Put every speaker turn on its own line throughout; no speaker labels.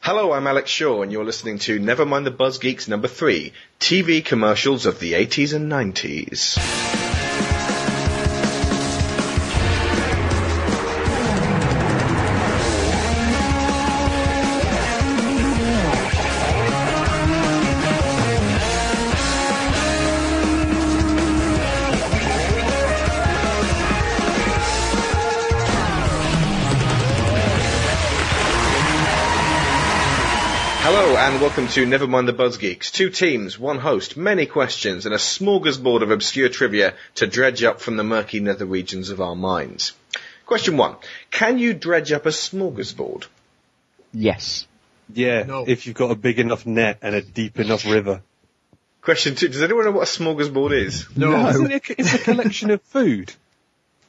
Hello, I'm Alex Shaw, and you're listening to Nevermind the Buzz Geeks number three TV commercials of the 80s and 90s. Hello and welcome to Nevermind the Buzz Geeks. Two teams, one host, many questions, and a smorgasbord of obscure trivia to dredge up from the murky nether regions of our minds. Question one. Can you dredge up a smorgasbord?
Yes.
Yeah,
No.
if you've got a big enough net and a deep enough river.
Question two. Does anyone know what a smorgasbord is?
No.
Isn't it a- it's a collection of food.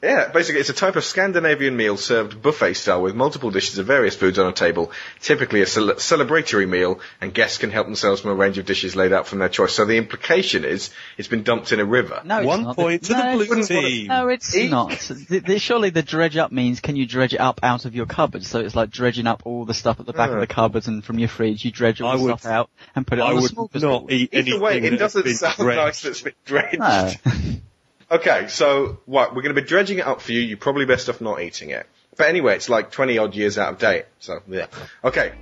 Yeah, basically it's a type of Scandinavian meal served buffet style with multiple dishes of various foods on a table, typically a cel- celebratory meal, and guests can help themselves from a range of dishes laid out from their choice. So the implication is it's been dumped in a river.
No, it's
One
not.
point to
No,
the blue
it's-
team.
No, it's not. Th- th- Surely the dredge up means can you dredge it up out of your cupboard? So it's like dredging up all the stuff at the back of the cupboard and from your fridge, you dredge all
I
the
would-
stuff out and put it
I
on the
would
small
not eat
Either
anything
way, it
that has
doesn't
been
sound
dredged.
nice that's been dredged.
No.
Okay, so what we're going to be dredging it up for you. You're probably best off not eating it. But anyway, it's like 20 odd years out of date. So yeah. Okay.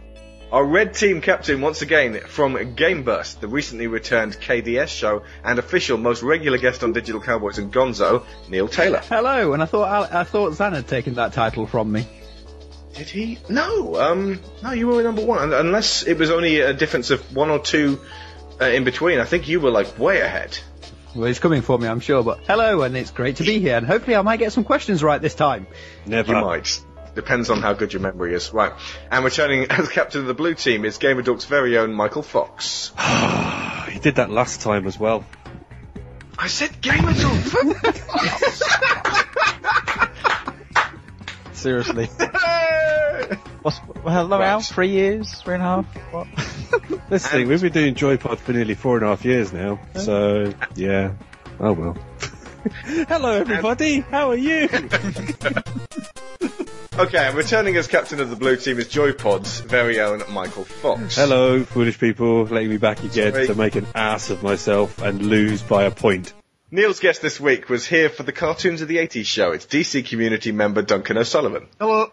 Our red team captain once again from Game Burst, the recently returned KDS show and official most regular guest on Digital Cowboys and Gonzo, Neil Taylor.
Hello, and I thought Al- I thought Zan had taken that title from me.
Did he? No, um, no, you were number one. Un- Unless it was only a difference of one or two uh, in between. I think you were like way ahead.
Well, he's coming for me, I'm sure. But hello, and it's great to be here, and hopefully I might get some questions right this time.
Never.
You might. Depends on how good your memory is. Right. And returning as captain of the blue team is Gamer Dork's very own Michael Fox.
He did that last time as well.
I said Gamer Dork!
Seriously. What's, well, hello
Right.
Al, three years, three and a half? What?
That's the thing, we've been doing Joypod for nearly four and a half years now, so, yeah. Oh well. Hello everybody, how are you?
okay, and returning as captain of the blue team is Joypod's very own Michael Fox.
Hello, foolish people, letting me back again
Sorry.
to make an ass of myself and lose by a point.
Neil's guest this week was here for the Cartoons of the 80s show. It's DC community member Duncan O'Sullivan.
Hello.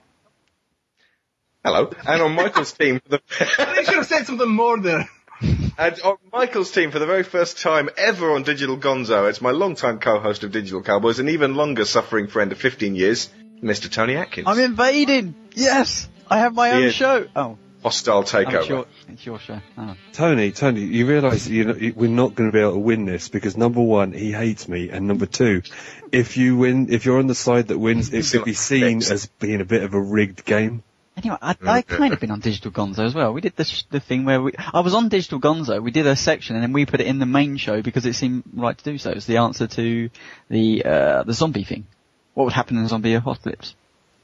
Hello. And on Michael's team for
I think
the
you should have said something more there.
And on Michael's team for the very first time ever on Digital Gonzo, it's my longtime co-host of Digital Cowboys and even longer suffering friend of 15 years, Mr. Tony Atkins.
I'm invading! Yes! I have my own
Yeah.
show! Oh,
Hostile
I'm
takeover.
sure it's your show. Oh.
Tony, Tony, you realise you know, we're not going to be able to win this because number one, he hates me, and number two, if you win, if you're on the side that wins, it could be seen as being a bit of a rigged game.
Anyway, I, I kind of been on Digital Gonzo as well. We did the, sh- the thing where we, I was on Digital Gonzo, we did a section and then we put it in the main show because it seemed right to do so. It's the answer to the, uh, the zombie thing. What would happen in a zombie apocalypse?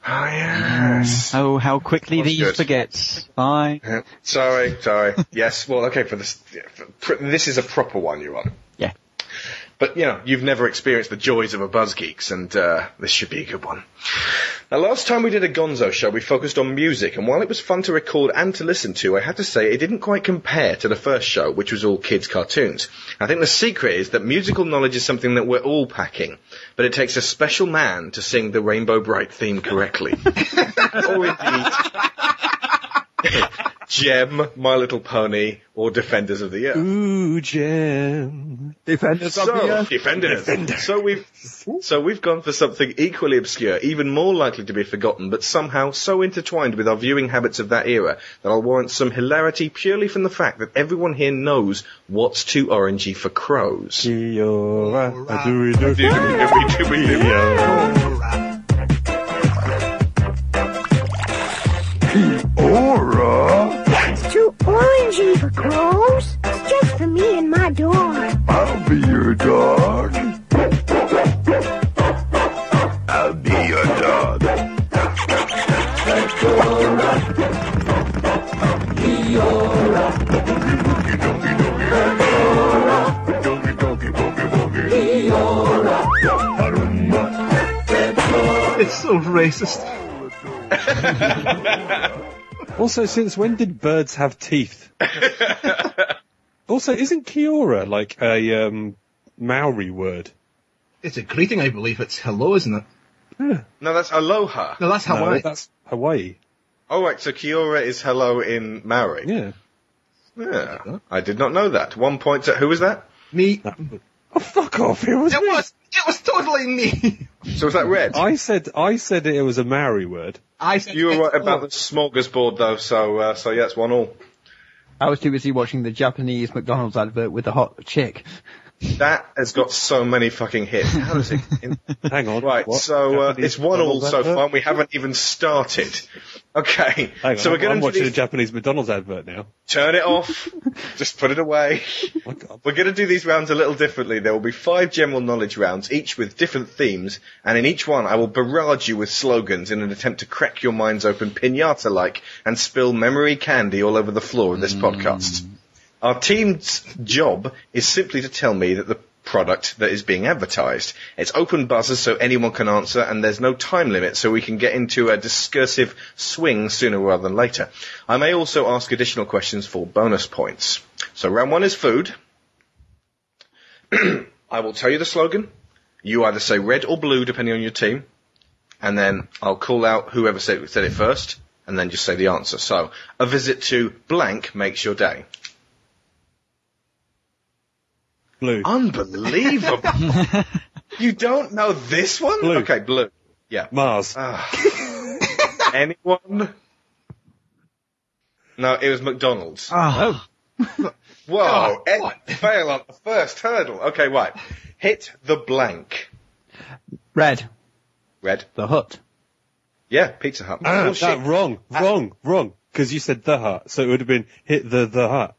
Oh, yes.
Oh, how quickly
That's
these
good.
forgets. Bye.
Yeah. Sorry, sorry. yes, well, okay, for this, yeah, for, pr- this is a proper one you're on.
Yeah.
But, you know, you've never experienced the joys of a Buzz Geeks, and uh, this should be a good one. Now, last time we did a Gonzo show, we focused on music, and while it was fun to record and to listen to, I had to say it didn't quite compare to the first show, which was all kids' cartoons. I think the secret is that musical knowledge is something that we're all packing, but it takes a special man to sing the Rainbow Bright theme correctly. or indeed, Gem, My Little Pony, or Defenders of the Earth.
Ooh, gem.
Defenders of the
So
Earth.
defenders. So we've so we've gone for something equally obscure, even more likely to be forgotten, but somehow so intertwined with our viewing habits of that era that I'll warrant some hilarity purely from the fact that everyone here knows what's too orangey for crows.
Giora,
Giora.
a do do
It's too orangey for crows. It's just for me and my dog.
I'll be your dog. I'll be your dog.
It's so racist.
Also, since when did birds have teeth? also, isn't Kiora like a um, Maori word?
It's a greeting, I believe. It's hello, isn't it?
No, that's aloha.
No, that's
No,
Hawaii.
that's Hawaii.
Oh, right, so Kiora is hello in Maori.
Yeah.
Yeah. I did not know that. One point to, who was that?
me.
Oh, fuck off! It was,
It
me.
was. It was totally me.
So was that red?
I said I said it was a Maori word.
I said
you were
it's-
right about the smorgasbord though, so, uh, so yeah, it's one all.
I was too busy watching the Japanese McDonald's advert with the hot chick.
That has got so many fucking hits. How does it? in-
Hang on.
Right,
what?
so uh,
Japanese
it's one all
McDonald's
so
advert?
far. and We haven't even started. Okay,
Hang on,
so we're
I'm,
going
I'm
to
watching
do
a Japanese McDonald's advert now.
turn it off. Just put it away.
My God.
We're going to do these rounds a little differently. There will be five general knowledge rounds, each with different themes, and in each one I will barrage you with slogans in an attempt to crack your minds open pinata-like and spill memory candy all over the floor of this podcast. Our team's job is simply to tell me that the product that is being advertised. It's open buzzers so anyone can answer and there's no time limit so we can get into a discursive swing sooner rather than later. I may also ask additional questions for bonus points. So round one is food. I will tell you the slogan. You either say red or blue depending on your team. And then I'll call out whoever said, said it first and then just say the answer. So a visit to blank makes your day.
Blue.
Ah. Unbelievable. you don't know this one?
Blue.
Okay, blue. Yeah.
Mars.
Anyone? No, it was McDonald's.
Ah,
Oh,
Whoa,
God,
Ed-
what?
fail on the first hurdle. Okay, right. Hit the blank.
Red,
Red.
the hut.
Yeah, Pizza Hut.
Ah,
Bullshit.
that, wrong, wrong, wrong. Because you said the hut, so it would have been hit the the hut.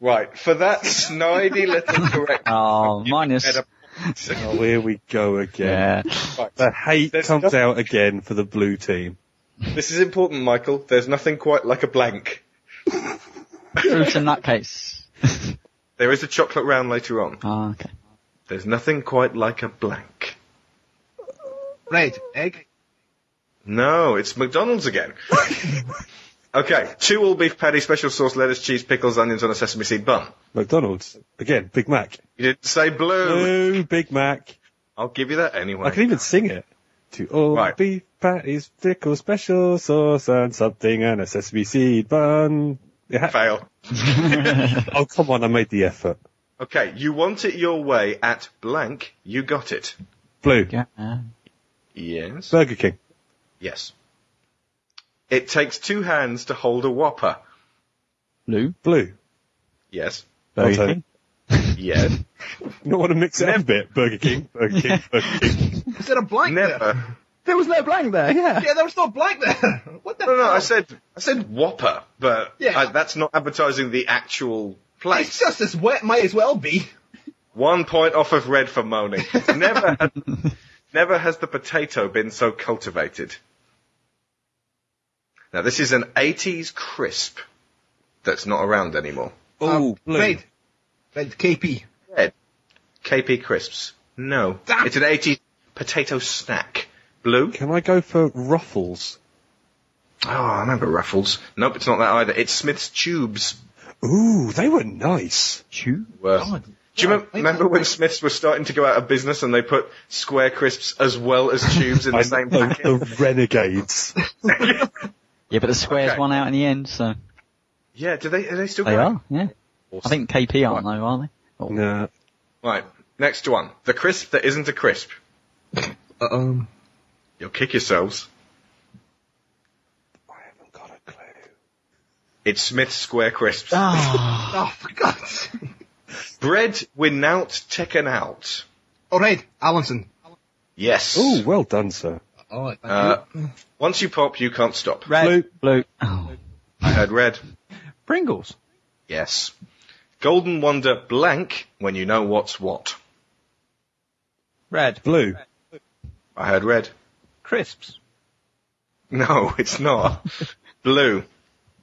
Right, for that snidey little correction.
oh minus.
better-
Oh, here we go again.
Yeah.
The hate
There's
comes
nothing-
out again for the blue team.
This is important, Michael. There's nothing quite like a blank.
Fruit in that case.
There is a chocolate round later on.
Ah, okay.
There's nothing quite like a blank.
Red egg.
No, it's McDonald's again. okay, two all beef patty, special sauce, lettuce, cheese, pickles, onions on a sesame seed bun.
McDonald's again. Big Mac.
You didn't say blue.
Blue Big Mac.
I'll give you that anyway.
I can even sing it. To all
Right.
beef patties, pickle, special sauce, and something, and a sesame seed bun. Yeah.
fail.
Oh come on, I made the effort.
Okay, you want it your way at blank. You got it.
Blue
Yeah. yeah.
Yes.
Burger King.
Yes. It takes two hands to hold a whopper.
Blue.
Blue.
Yes.
Burger
Burger
King.
Yes.
Not want to mix it up a bit. Burger King. Burger King. Burger King.
Is there a blank there?
Never.
There was no blank there, yeah.
Yeah, there was no blank there. What the?
No, no.
hell?
I said I said whopper, but
Yeah.
I, that's not advertising the actual place.
It's just as wet. Might as well be.
One point off of red for moaning. Never, had, never has the potato been so cultivated. Now this is an 80s crisp that's not around anymore.
Oh, blue.
Red. Red KP.
Red. KP crisps. No.
Damn.
It's an 80s potato snack. Blue.
Can I go for Ruffles?
Oh, I remember Ruffles. Nope, it's not that either. It's Smith's Tubes.
Ooh, they were nice.
Chew.
Were- Do you
Yeah,
mem-
I-
remember when Smiths were starting to go out of business and they put square crisps as well as tubes in the same
the,
packet?
the Renegades.
Yeah, but the squares
Okay.
won out in the end, so
Yeah, do they, are they still
they
going?
are. Yeah. I think KP aren't though, are they?
nah.
Right, next one. The crisp that isn't a crisp.
Uh, um.
You'll kick yourselves.
I haven't got a clue.
It's Smith's Square Crisps.
Ah.
Oh, for God's sake.
Bread without taken out.
Oh, red. Allenson.
Yes.
Ooh, well done, sir.
Oh, thank
Uh, once you pop, you can't stop.
Red,
Blue.
Blue. Oh.
I heard red.
Pringles.
Yes. Golden Wonder blank when you know what's what.
Red,
Blue.
I heard red.
crisps.
No, it's not. Blue.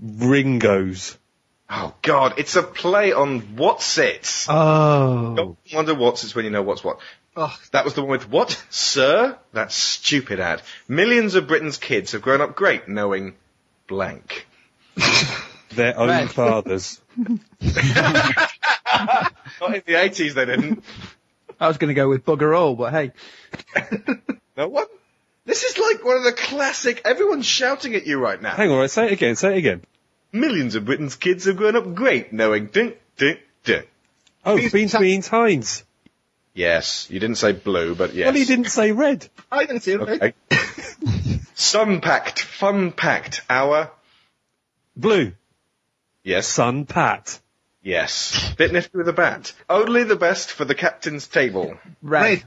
Ringos.
Oh god, it's a play on what's it.
Oh.
Golden Wonder what's it's when you know what's what.
Oh,
That was the one with what, sir? That stupid ad. Millions of Britain's kids have grown up great knowing blank.
Their own
Right.
fathers.
Not in the 80s, they didn't.
I was going to go with bugger all, but hey.
No one. This is like one of the classic. Everyone's shouting at you right now.
Hang on, right, say it again, say it again.
Millions of Britain's kids have grown up great knowing dink, dink, dink.
Oh,
Beans-
Beans Beans Heinz.
Yes, you didn't say blue, but yes.
Well, he didn't say red.
I didn't say it.
Okay. Sun packed, fun packed, our
Blue.
yes,
Son Pat.
yes. Bit nifty with a bat. Only the best for the captain's table.
Red.
Red.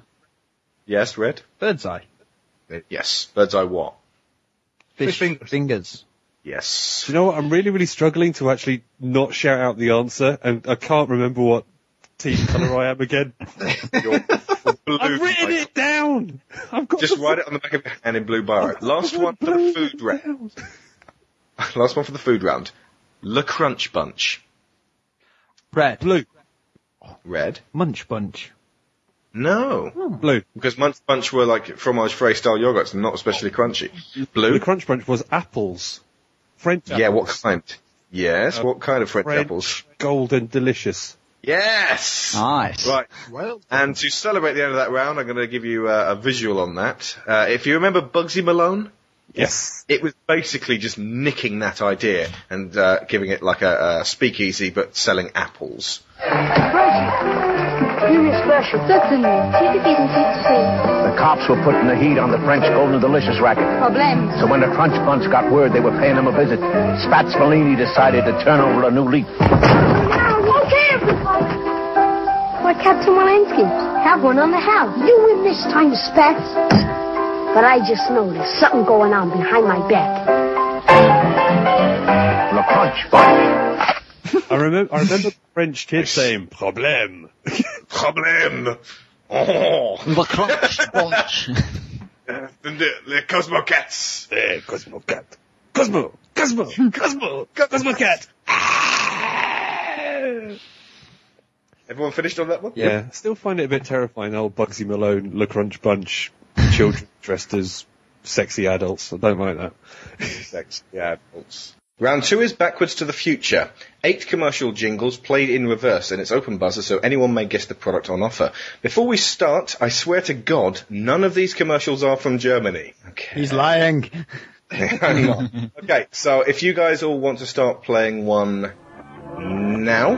Yes, red.
Bird's eye.
Uh, Yes. Bird's eye what?
Fish, fingers.
Yes.
Do you know what? I'm really, really struggling to actually not shout out the answer, and I can't remember what team colour I am again.
Your blue.
I've written it down. I've got
Just
the
write it on the back of your hand in blue bar. Last one for the
blue
food
down.
round. Last one for the food round. Le Crunch Bunch.
Red.
Blue,
Red.
Munch bunch.
No.
blue.
Because Munch Bunch were like fromage frey style yogurts and not especially crunchy.
The
Blue?
crunch bunch was apples, French.
Yeah, what
apples.
kind? Yes,
Uh,
what kind of French,
French
apples?
golden delicious.
Yes!
Nice.
Right,
Well,
and to celebrate the end of that round, I'm going to give you uh, a visual on that. Uh, if you remember Bugsy Malone,
Yes.
it was basically just nicking that idea and uh, giving it like a, a speakeasy, but selling apples.
The cops were putting the heat on the French Golden Delicious racket.
Problem.
So when the Crunch Bunch got word they were paying them a visit, Spatzolini decided to turn over a new leaf.
Why, Captain Walensky, have one on the house. You win this time, Spats. But I just know there's something going on behind my back.
The Crunch Bunch.
I remember. I remember the French kids saying "problem."
Problem! Oh!
The crunch bunch.
The, the Cosmo Cats!
Eh, Cosmo cat. Cosmo. Cosmo. Cosmo. Cosmo cat.
Everyone finished on that one?
Yeah. Still find it a bit terrifying. Old Bugsy Malone, Le Crunch Bunch, children dressed as sexy adults. I don't like that.
Thanks. Yeah, folks. Round two is Backwards to the Future. Eight commercial jingles played in reverse, and it's open buzzer, so anyone may guess the product on offer. Before we start, I swear to God, none of these commercials are from Germany. Okay.
He's lying.
I'm not. okay, so if you guys all want to start playing one now.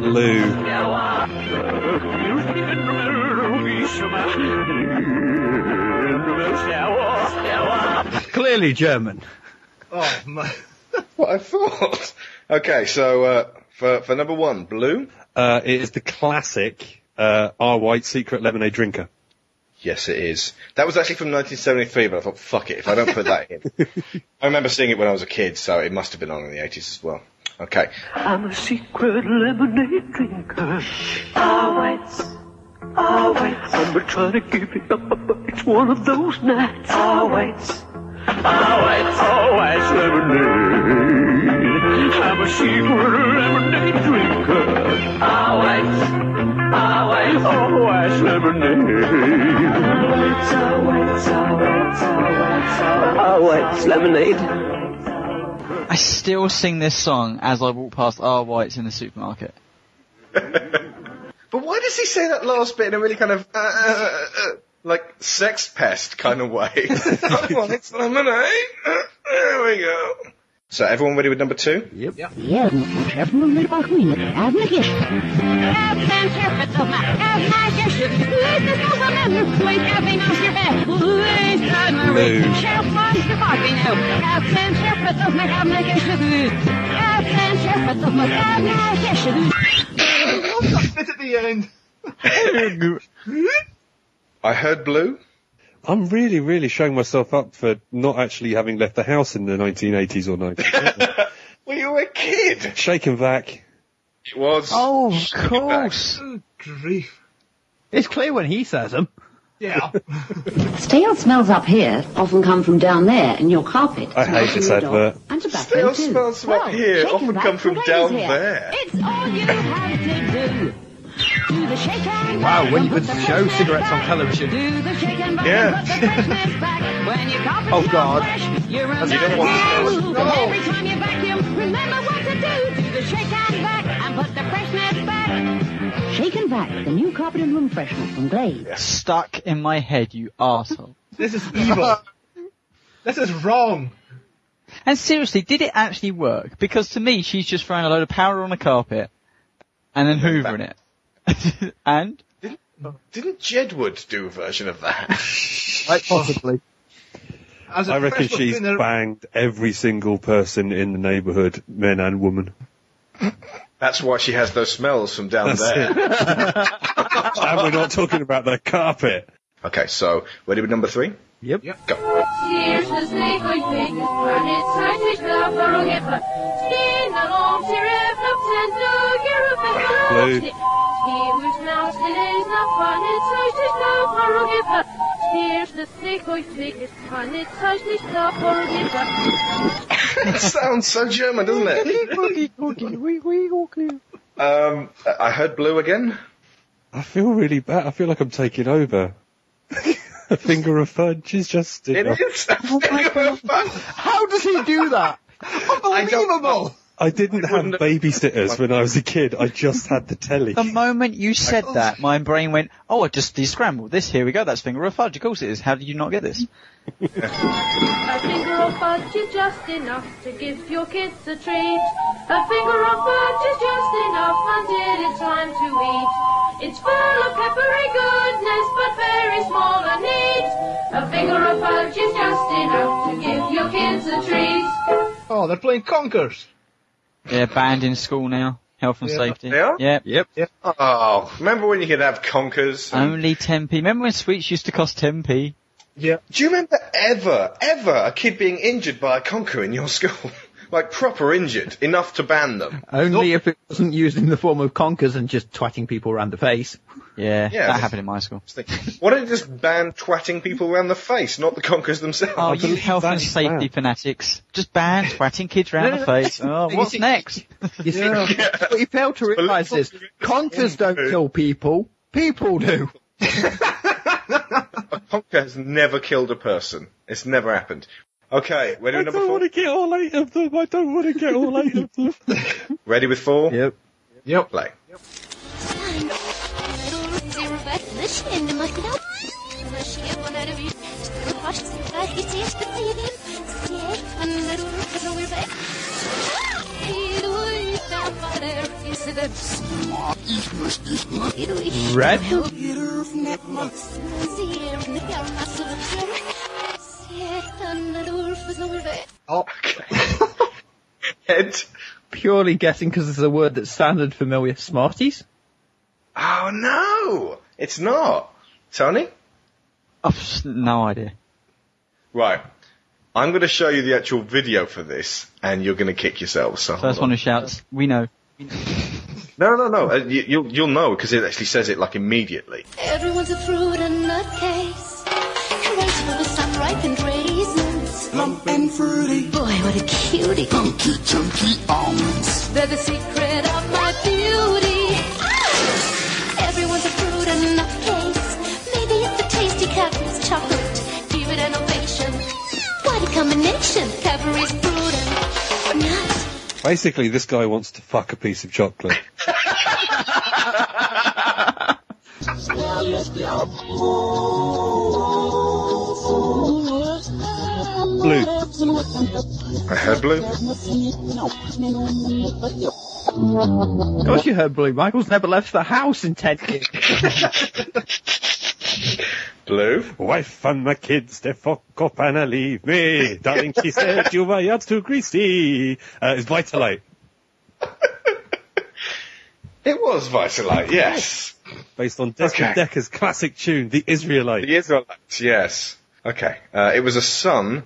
Blue.
Clearly German.
oh my.
What I thought. Okay, so uh, for for number one, blue.
Uh, it is the classic uh, R White Secret Lemonade Drinker.
Yes, it is. That was actually from 1973, but I thought, fuck it, if I don't put that in. I remember seeing it when I was a kid, so it must have been on in the 80s as well. Okay.
I'm a secret lemonade drinker. Always. Always. I'm trying to give it up, but it's one of those nights. Always. Always, always lemonade. I'm a secret lemonade drinker. Always. Always. Always lemonade. Always, always, always, always, always. Always lemonade.
I still sing this song as I walk past R White's in the supermarket.
But why does he say that last bit in a really kind of, uh, uh, uh, uh, like, sex pest kind of way? Come on, it's lemonade. Uh, there we go. So everyone ready with number two?
Blue.
Bit at the end.
I heard blue.
I'm really, really showing myself up for not actually having left the house in the 1980s or 90s.
Well, you were a kid.
Shake and vac.
It was.
Oh, of course.
Good grief.
It's clear when he says them.
Yeah.
Stale smells up here often come from down there in your carpet.
I hate this advert.
And tobacco
Stale
too.
smells up here
chicken
often
back
come from
always
down
here.
there.
It's all you have to do. To the
the shake and
Wow, Ah, when you could show cigarettes on television.
do the shake and bake
Yeah.
and put the freshness back. When you cough and
Oh,
you
God.
Flesh, you remember
You don't want
to
this.
move.
No.
Every time you vacuum, remember what to do. Do the shake and back and put the freshness back.
Shake and back, the new carpet and room freshener from Glade.
Stuck in my head, you arsehole.
This is evil. this is wrong.
And seriously, did it actually work? Because to me, she's just throwing a load of powder on a carpet and then hoovering it. and?
Didn't Jedward do a version of that?
Like, possibly.
As a
I reckon
professional
she's
cleaner-
banged every single person in the neighbourhood, men and women.
That's why she has those smells from down
That's
there.
and we're not talking about the carpet.
Okay, so ready with number three?
Yep.
Yep. Go.
Here's the snake with big, and it's time to go for a gipper. Skin along, she revved up, and do your
Blue.
He was now still is not fun, it's time to go for a gipper. Here's the snake with big, and it's time to go for a gipper.
It sounds so German, doesn't it? um, I heard blue again.
I feel really bad. I feel like I'm taking over. a finger of fudge is just enough.
How does he do that? Unbelievable!
I didn't have babysitters when I was a kid. I just had the telly.
The moment you said that, my brain went, oh, I just descrambled this. Here we go. That's finger of fudge. Of course it is. How did you not get this?
A finger of fudge is just enough to give your kids a treat. A finger of fudge is just enough until it's time to eat. It's full of peppery goodness, but very small and neat. A finger of fudge is just enough to give your kids a treat.
Oh, they're playing Conkers.
They're banned in school now. Health and
Yeah.
safety.
They are?
Yep.
Yep.
Oh, remember when you could have conkers?
Only 10p. Remember when sweets used to cost 10p?
Yeah.
Do you remember ever, ever a kid being injured by a conker in your school? like proper injured, enough to ban them.
Uh,
Only if it wasn't used in the form of conkers and just twatting people around the face.
Yeah,
Yeah,
that
that's-
happened in my school.
Why don't you just ban twatting people around the face, not the conkers themselves?
Oh, you health and safety fanatics. Just ban twatting kids round the face. Oh, what's next?
You see, what you fail to realise is conkers don't kill people. People do.
A conker has never killed a person. It's never happened. Okay, ready
I
with number
don't
four?
want to get all eight of them. I don't want to get all eight of them.
Ready with four?
Yep.
Yep. Play.
Red?
Oh.
Head.
Purely guessing because it's a word that sounded familiar. Smarties?
Oh no! It's not. Tony?
I've Oh, s- no idea.
Right. I'm going to show you the actual video for this, and you're going to kick yourselves. So hold
First one
on.
who shouts, we know.
No, no, no. Uh, you, you'll you'll know because it actually says it like immediately.
Everyone's a fruit and nutcase. Great for the sun ripened raisins. Plump and fruity. Boy, what a cutie.
Chunky, chunky almonds.
They're the secret of my beauty. Everyone's a fruit and nutcase. Maybe it's the tasty Cadbury's chocolate. Give it an ovation. What a combination. Cadbury's fruit and nut.
Basically, this guy wants to fuck a piece of chocolate. Blue.
I heard blue.
Of course you heard blue. Michael's never left the house in 10 years.
Blue.
Wife and my kids, they fuck up and I leave me. Darling, she said, you were yards too greasy. Uh, it's Vitalite.
It was Vitalite. Yes.
Based on Desmond
Okay.
Decker's classic tune, The Israelite.
The Israelites. Yes. Okay. Uh, it was a sun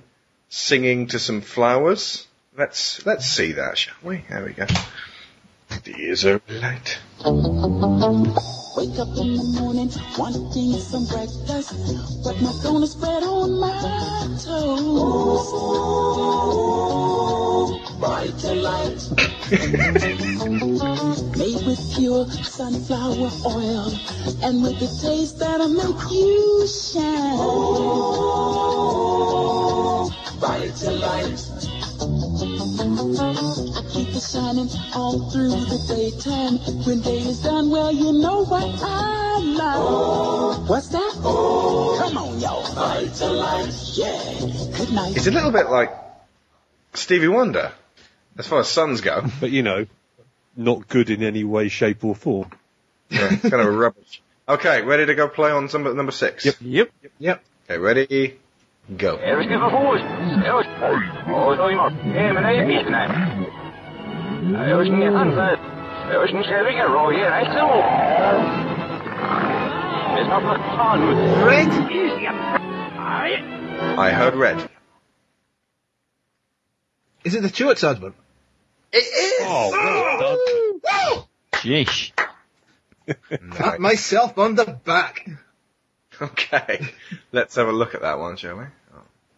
singing to some flowers. Let's let's see that, shall we? There we go. The Israelite.
Wake up in the morning wanting some breakfast, but my phone is spread on my toes. quite a light. Made with pure sunflower oil and with the taste that'll make you shine. Oh, quite a light. I keep it shining all through the daytime. When day is done, well, you know what I like. What's that? Come on, y'all. Fight a Oh. light. Yeah. Good night.
It's a little bit like Stevie Wonder, as far as sons go.
But you know, not good in any way, shape or form.
Yeah, it's kind of rubbish. Okay, ready to go play on number number six. Yep.
Yep.
Yep. Okay, ready, go.
Everything before us. Everything
I heard red.
Is it the Chewitts advert?
It is.
Oh,
Jeez.
Pat myself on the back.
Okay, let's have a look at that one, shall we?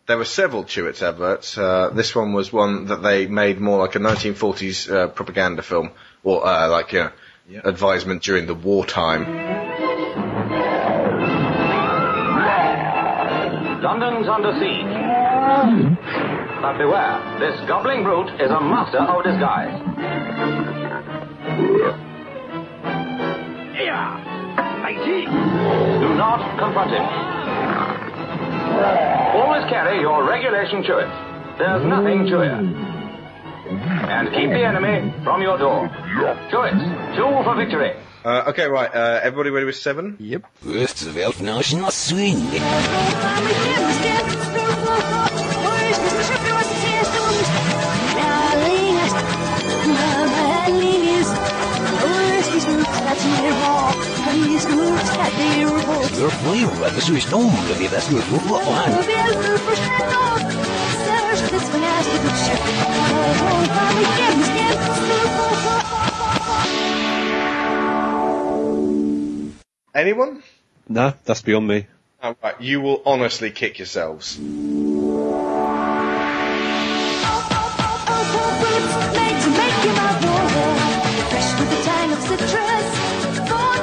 There were several Chewits adverts. Uh, this one was one that they made more like a 1940s uh, propaganda film, or uh, like you know, advisement during the wartime.
London's under siege. But beware, this gobbling brute is a master of disguise. Do not confront him. Always carry your regulation to it. There's nothing to it. And keep the enemy from your door. To it. Two for victory.
Uh, okay, right. Uh, everybody ready with seven?
Yep.
Anyone?
Nah, that's beyond me.
All right, you will honestly kick yourselves.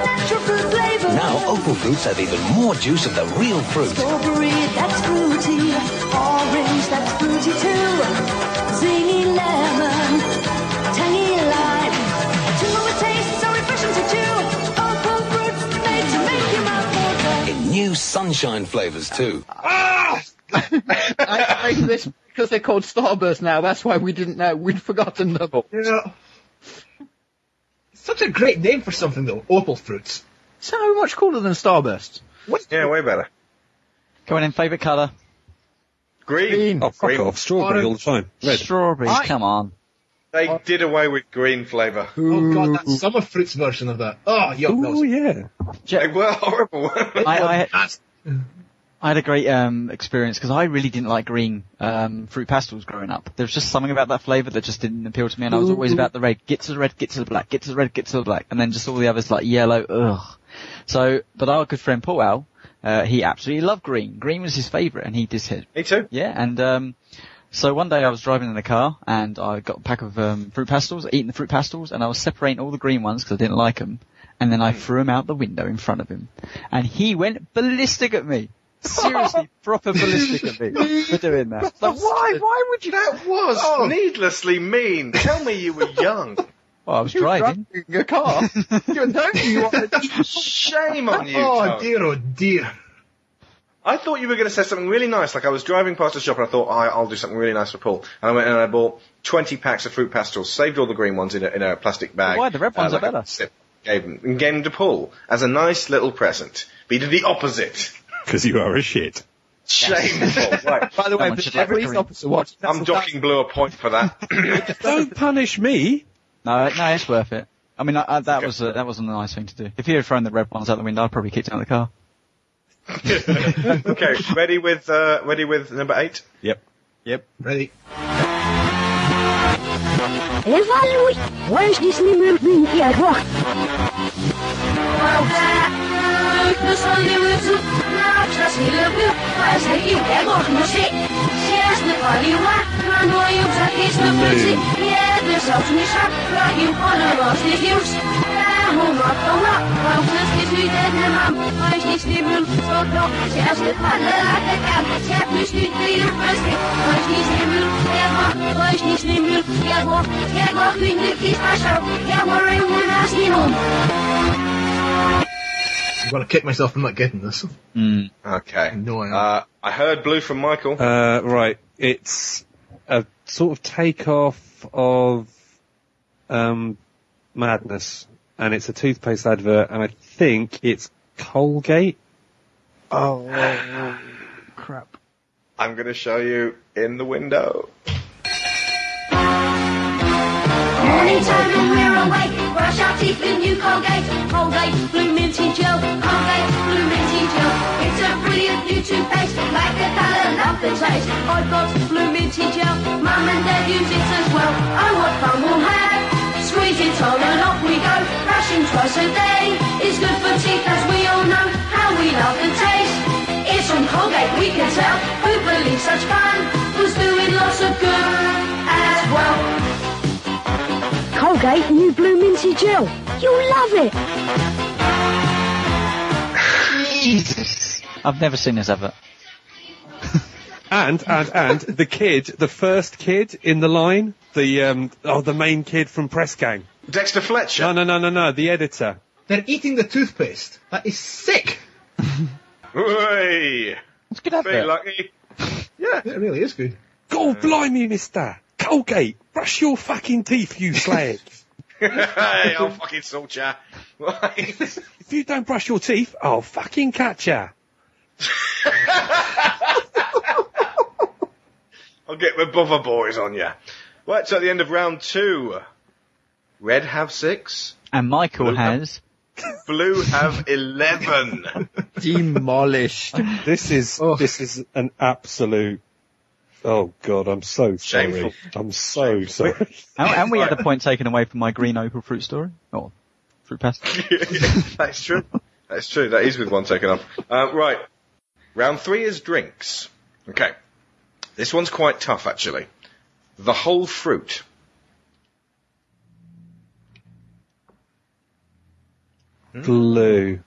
Now, opal fruits have even more juice of the real fruit.
Strawberry, that's fruity. Orange, that's fruity too. Zingy lemon, tangy lime. Two with taste, so refreshing to chew. Opal fruits made to make your mouth water.
In new sunshine flavors, too.
I made this because they're called Starburst now. That's why we didn't know. We'd forgotten them.
Yeah. Such a great name for something though. Opal fruits.
So much cooler than Starburst.
Yeah, way better.
Go on in favourite colour.
Green.
Green.
Oh, fuck
Green.
off. Strawberry all the time. Red.
Strawberries,
I-
come on.
They did away with green flavour.
Oh god, that summer fruits version of that. Oh, yuck
Oh,
nose.
yeah.
They were horrible.
I, I,
That's
I had a great um, experience because I really didn't like green um, fruit pastels growing up. There was just something about that flavour that just didn't appeal to me, and I was always about the red. Get to the red, get to the black, get to the red, get to the black, and then just all the others like yellow. Ugh. So, but our good friend Paul Al, uh, he absolutely loved green. Green was his favourite, and he just hit
Me too.
yeah, and um, so one day I was driving in the car and I got a pack of um, fruit pastels, eating the fruit pastels, and I was separating all the green ones because I didn't like them, and then I
Hmm.
threw them out the window in front of him, and he went ballistic at me. Seriously, proper ballistic at me for doing that. Like, why? Why would you? Oh.
That was needlessly mean. Tell me you were young.
Well, I was driving.
Driving a car. you know you want
Shame on you.
Oh
Tony.
dear, oh dear.
I thought you were going to say something really nice. Like I was driving past a shop and I thought, I I'll do something really nice for Paul. And I went and I bought 20 packs of fruit pastels, saved all the green ones in a, in a plastic bag. Uh,
Why? The red ones are
like a
better.
sip, Gave them, and gave them to Paul as a nice little present. But he did the opposite.
Because you are a shit.
Shameful. right.
By the way,
Someone
the
should like
police
green.
officer watched.
I'm docking Blue a point for that.
Don't punish me.
No, no, it's worth it. I mean, I, I, that
Okay.
was a, that wasn't a nice thing to do. If he had thrown the red ones out the window, I'd probably kicked him out of the car.
okay, ready with uh, ready with number eight.
Yep.
Ready?
Evaluate. Where's this little thing here? Look.
Yes, the body, what? Run, boy, you're
He's the pretty, yeah, this old me shop. Like you wanna roast the hills. Yeah, we'll rock the rock. Well, first is we did the mum. Why she's the room, so don't. She has the paddle like a cat. She has to shoot the little first. Why she's the room, yeah, what? Why she's the room, yeah, what? Yeah, what? We need to keep our show. Yeah, we're in one house, you know.
I'm gonna kick myself for not getting this.
Mm. Okay. No, I uh, I heard blue from Michael.
Uh, right. It's a sort of takeoff of um, Madness, and it's a toothpaste advert, and I think it's Colgate.
Oh, crap! I'm gonna show you in the window.
Morning time and we're awake. Brush our teeth with new Colgate. Colgate, blue minty gel. Colgate, blue minty gel. It's a brilliant new toothpaste. Like the colour, love the taste. I got blue minty gel. Mum and Dad use it as well. Oh, what fun we'll have. Squeeze it on and off we go. Brushing twice a day. It's good for teeth as we all know. How we love the taste. It's from Colgate we can tell. Who believes such fun? Was doing lots of good as well.
Colgate New Blue Minty Gel. You'll love it.
Jesus. I've never seen this advert.
And and and the kid, the first kid in the line, the um, oh, the main kid from Press Gang.
Dexter Fletcher.
No, no, no, no, no, the editor.
They're eating the toothpaste. That is sick.
Oi!
It's good advert.
Very lucky.
Yeah, it really is good.
God blimey, Mister Colgate, brush your fucking teeth, you slag.
hey, I'll fucking sort ya. Right.
if you don't brush your teeth, I'll fucking catch ya.
I'll get the bother boys on ya. Right, so at the end of round two, red have six,
And Michael
uh,
has.
blue have eleven.
Demolished.
This is
Oh.
this is an absolute. Oh God, I'm so sorry.
Shameful.
I'm so sorry.
And, and we had a point taken away from my green opal fruit story. Or fruit pasta.
That's true. That's true. That is with one taken off. Uh, right. Round three is drinks. Okay. This one's quite tough, actually. The whole fruit.
Blue.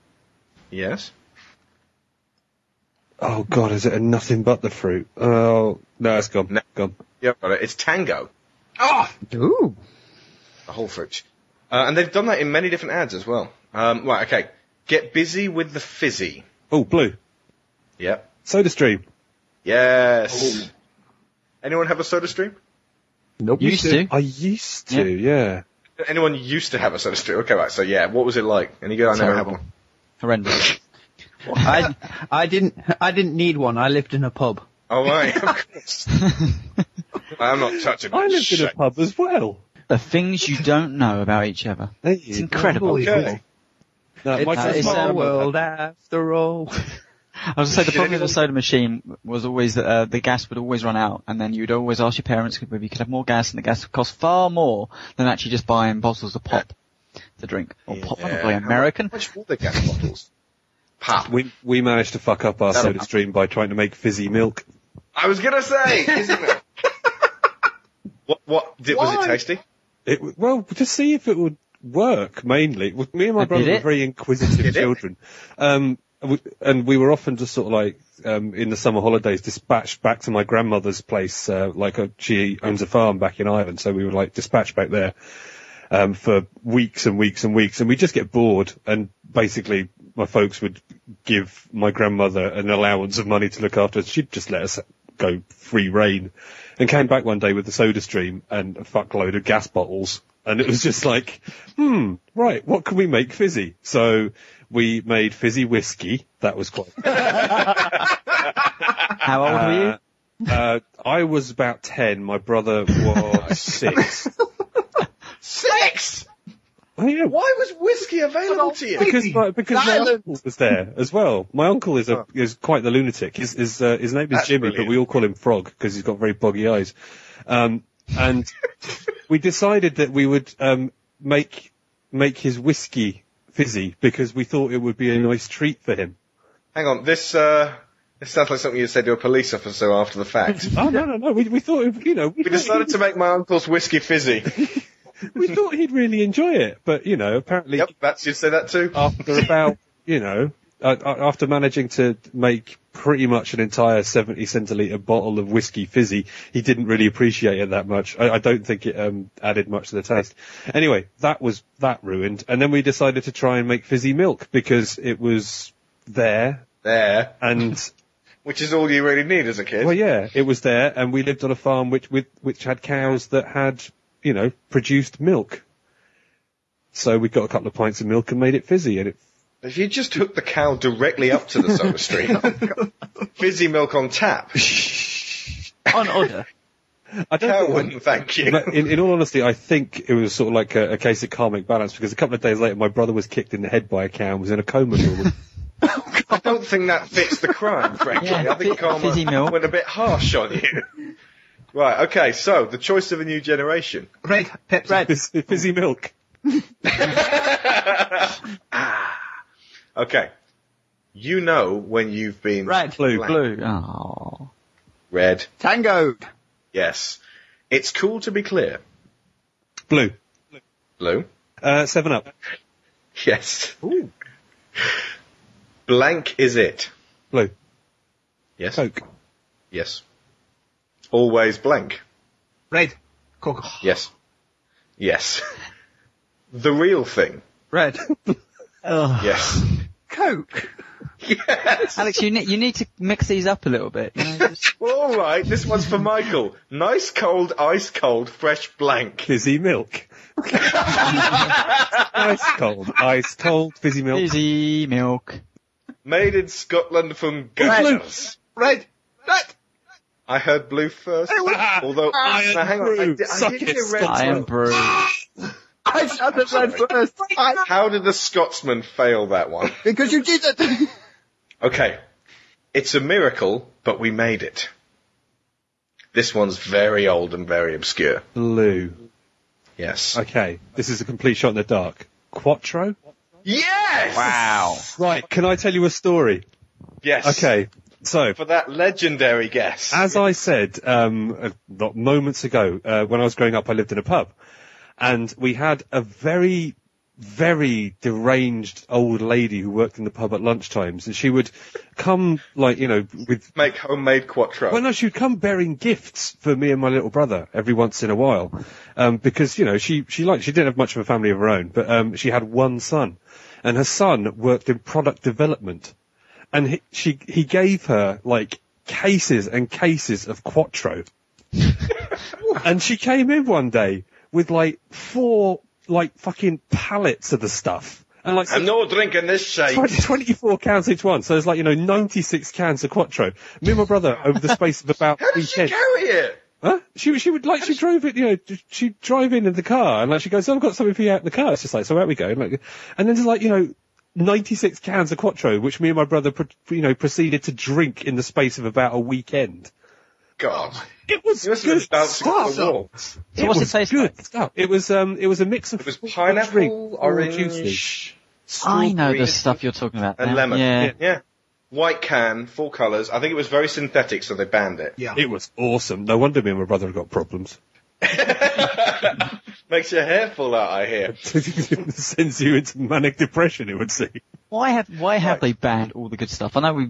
Yes?
Oh God, is it a nothing but the fruit? Oh no, it's gone.
No.
Gone.
Yep, got it. It's tango.
Oh,
Ooh.
The whole fruit. Uh, and they've done that in many different ads as well. Um, right, okay. Get busy with the fizzy.
Oh, blue.
Yep.
Soda stream.
Yes. Anyone have a soda stream?
Nope.
Used to.
I used to, yeah.
Anyone used to have a soda stream? Okay, right, so yeah, what was it like? Any good? I never had
Terrible.
one.
Horrendous.
I, I didn't, I didn't need one. I lived in a pub.
Oh, right, of course. I'm not touching
I
that
lived in a
shit.
pub as well.
the things you don't know about each other.
There
It's
you go.
incredible.
Okay.
No,
It's
Michael's
a
it's,
not
small
um,
world after all.
I was going to say the problem with the soda machine was always that uh, the gas would always run out, and then you'd always ask your parents whether you could have more gas, and the gas would cost far more than actually just buying bottles of pop to drink or pop, probably
Yeah. How
American.
much were the gas bottles? Pop.
We we managed to fuck up our
That'll-
soda stream by trying to make fizzy milk.
I was gonna say, isn't it? what, what, did, was
Why?
it tasty?
It w- well to see if it would work mainly. Well, Me and my
And did
brother were
it?
very
Did
inquisitive
it?
children, um, we- and we were often just sort of like um, in the summer holidays dispatched back to my grandmother's place. Uh, like uh she owns a farm back in Ireland, so we were like dispatched back there um, for weeks and weeks and weeks, and we just get bored. And basically, my folks would give my grandmother an allowance of money to look after us. She'd just let us go free reign. And came back one day with a soda stream and a fuckload of gas bottles. And it was just like, hmm, right, what can we make fizzy? So we made fizzy whiskey. That was quite.
How old were you?
Uh, I was about 10. My brother was six.
Six!
Oh, yeah,
Why was whiskey available to you?
because my, because my
Silence.
uncle was there as well. My uncle is a is quite the lunatic. His his, uh, his name is
Oh. That's
Jimmy,
brilliant.
but we all call him Frog because he's got very boggy eyes. Um, and we decided that we would um, make make his whiskey fizzy because we thought it would be a nice treat for him.
Hang on, this, uh, This sounds like something you'd say to a police officer after the fact.
Oh no no no! We, we thought you know we,
We decided to make my uncle's whiskey fizzy.
we thought he'd really enjoy it, but you know apparently
Yep, that's you'd say that too.
after about you know uh, after managing to make pretty much an entire 70 centiliter bottle of whiskey fizzy he didn't really appreciate it that much i, I don't think it um, added much to the taste anyway that was that ruined and then we decided to try and make fizzy milk because it was there
there,
and
which is all you really need as a kid.
well yeah it was there and we lived on a farm which with which had cows that had you know produced milk so we got a couple of pints of milk and made it fizzy and it
If you just hook the cow directly up to the soda stream, fizzy milk on tap,
On order.
I don't
cow
think-
wouldn't thank you.
But in, in all honesty, I think it was sort of like a, a case of karmic balance because a couple of days later, my brother was kicked in the head by a cow and was in a coma. for a week.
I don't think that fits the crime, frankly.
Yeah,
I think
fi- fizzy
karma
milk.
went a bit harsh on you. Right, okay, so the choice of a new generation.
Red, Pepsi. Red.
Fizzy fizzy milk.
Okay. You know when you've been
Red.
Blue.
Black.
Blue. Oh.
red.
Tango.
Yes. It's cool to be clear.
Blue.
Blue.
Uh, seven up.
Yes. Blank is it.
Blue.
Yes.
Coke.
Yes. Always blank.
Red. Coca.
Yes. Yes. the real thing.
Red.
Ugh.
Yes.
Coke.
yes.
Alex, you need you need to mix these up a little bit. You know, just-
Well, all right. This one's for Michael. Nice cold, ice cold, fresh blank.
Fizzy milk. ice cold. Ice cold. Fizzy milk.
fizzy milk.
Made in Scotland from girls.
Red. Red.
I heard blue first.
Ah,
Although,
iron
now, hang on, I
brew.
did, I
Suck
did
it,
hear red.
I am brew.
first.
I shouted red first. I,
How did the Scotsman fail that one?
because you did it.
Okay. It's a miracle, but we made it. This one's very old and very obscure.
Blue.
Yes.
Okay. This is a complete shot in the dark. Quattro?
Yes!
Wow.
Right. Can I tell you a story?
Yes.
Okay. So,
For that legendary guess.
As I said um, uh, not moments ago, uh, when I was growing up, I lived in a pub, and we had a very, very deranged old lady who worked in the pub at lunchtimes, and she would come like you know with.
Make homemade quattro.
Well, no, she'd come bearing gifts for me and my little brother every once in a while, um, because you know she she liked she didn't have much of a family of her own, but um, she had one son, and her son worked in product development and he, she he gave her like cases and cases of Quattro, and she came in one day with like four like fucking pallets of the stuff, and like
I'm not drinking this shit.
20 24 cans each one, so there's like you know 96 cans of Quattro. Me and my brother over the space of about
How did she
weekend.
carry it?
Huh? She she would like she drove it, you know, she would drive in in the car and like she goes, oh, I've got something for you out in the car. It's just like, so out we go, and, like, and then there's like you know. 96 cans of Quattro, which me and my brother, pro- you know, proceeded to drink in the space of about a weekend.
God.
It was
You must have
good
been bouncing off the
stuff.
wall.
So what's
was
it taste
good
like?
stuff. It was, um, it was a mix of
It was
fruit
pineapple,
drink,
orange,
juices,
I know
strawberry
the stuff you're talking about.
and
now.
lemon.
Yeah.
Yeah. White can, full colours. I think it was very synthetic, so they banned it.
Yeah.
It was awesome. No wonder me and my brother have got problems.
Makes your hair fall out, I hear.
Sends you into manic depression, it would seem.
Why have why have they banned all the good stuff? I know we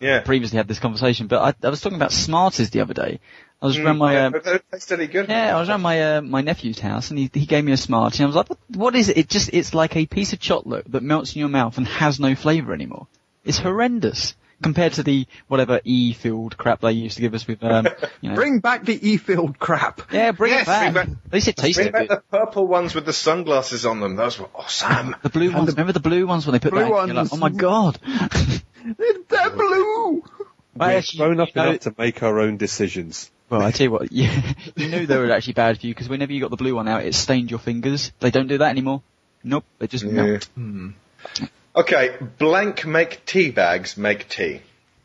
Yeah.
previously had this conversation, but I, I was talking about Smarties the other day. I was around my
yeah,
um,
but that tastes really good.
Yeah, I was around my uh, my nephew's house, and he he gave me a Smartie, and I was like, what, "What is it? It just it's like a piece of chocolate that melts in your mouth and has no flavour anymore. It's horrendous compared to the whatever e-filled crap they used to give us with um, you know,
Bring back the E-field crap.
yeah, bring
Yes,
it back.
bring back-
At least it tasted
Bring back
good. The,
the purple ones with the sunglasses on them. Those were awesome.
blue ones. remember the blue ones when they put
Blue
that? in, You're like,
ones.
oh my god.
They're blue.
I
We're
actually-
grown up
you know-
enough to make our own decisions.
Well, I tell you what, you, you knew they were actually bad for you because whenever you got the blue one out, it stained your fingers. They don't do that anymore. Nope, they just
Yeah. Hmm.
melt.
Okay, blank make tea bags make tea.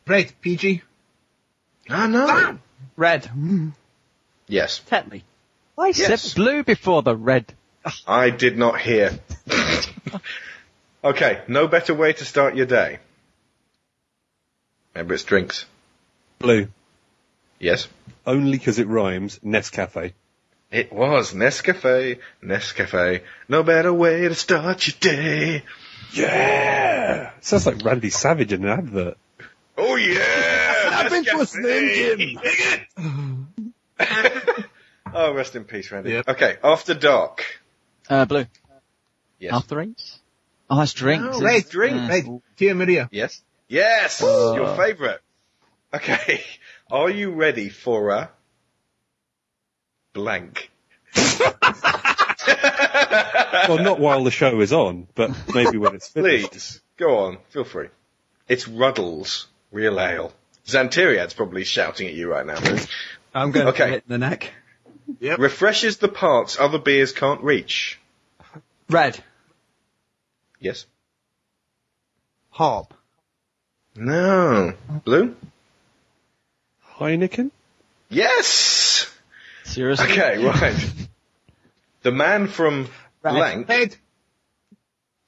Red. PG.
I know.
Red.
Yes,
Tetley.
I
Yes.
said blue before the red.
I did not hear. okay, no better way to start your day. Remember, it's drinks.
Blue.
Yes.
Only because it rhymes. Nescafe.
It was Nescafe, Nescafe. No better way to start your day.
Yeah. Sounds like Randy Savage in an advert.
Oh yeah.
Nothing
Nescafe.
was named
oh, rest in peace, Randy. Okay, after dark.
Uh, blue.
Yes.
After eight? Oh, that's drinks.
No, that's
isn't it?
drink.
Yeah.
Right, dear Maria.
Yes. Yes.
Woo!
Your favourite. Okay. Are you ready for a blank?
well, not while the show is on, but maybe when it's finished.
Please go on. Feel free. It's Ruddles Real Ale. Xanteriad's probably shouting at you right now.
I'm going
Okay.
to hit the neck.
Refreshes the parts other beers can't reach.
Red.
Yes.
Hop.
No. Blue.
Heineken?
Yes.
Seriously?
Okay. Right. the man from blank.
Red.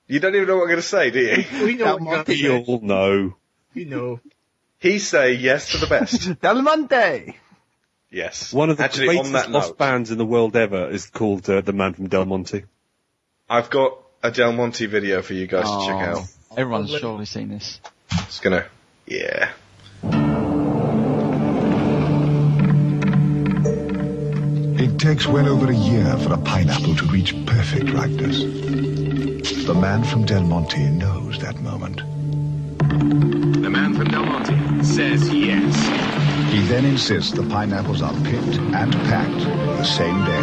You don't even know what I'm going to say, do you?
We know what you got.
You'll know.
We know.
He say yes to the best.
Del Monte.
Yes.
One of the
Actually,
greatest
on that
lost
note,
bands in the world ever is called uh, The Man from Del Monte.
I've got a Del Monte video for you guys to check
Oh,
out.
everyone's surely seen this.
It's gonna, yeah.
It takes well over a year for a pineapple to reach perfect ripeness. The man from Del Monte knows that moment.
The man from Del Monte says yes.
He then insists the pineapples are picked and packed the same day.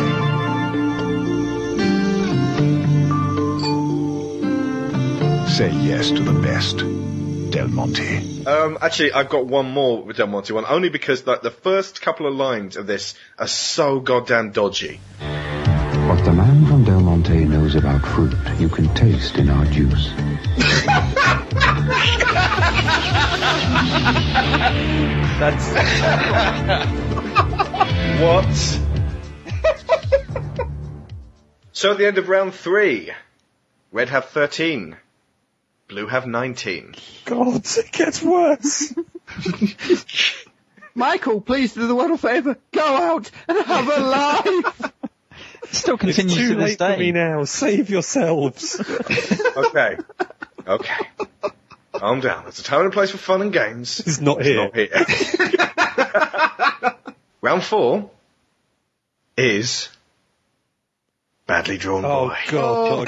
Say yes to the best, Del Monte.
Um, actually, I've got one more with Del Monte one, only because like the first couple of lines of this are so goddamn dodgy.
What the man from Del Monte knows about fruit, you can taste in our juice.
What? so at the end of round three, red have thirteen, blue have nineteen.
God, it gets worse.
Michael, please do the world a favour. Go out and have a life.
It still
It's
continues
too
to this
late for me
day.
now. Save yourselves.
Okay, okay. Calm down. There's a time and a place for fun and games.
It's not here.
It's not here. Round four is badly drawn
Oh
boy.
God,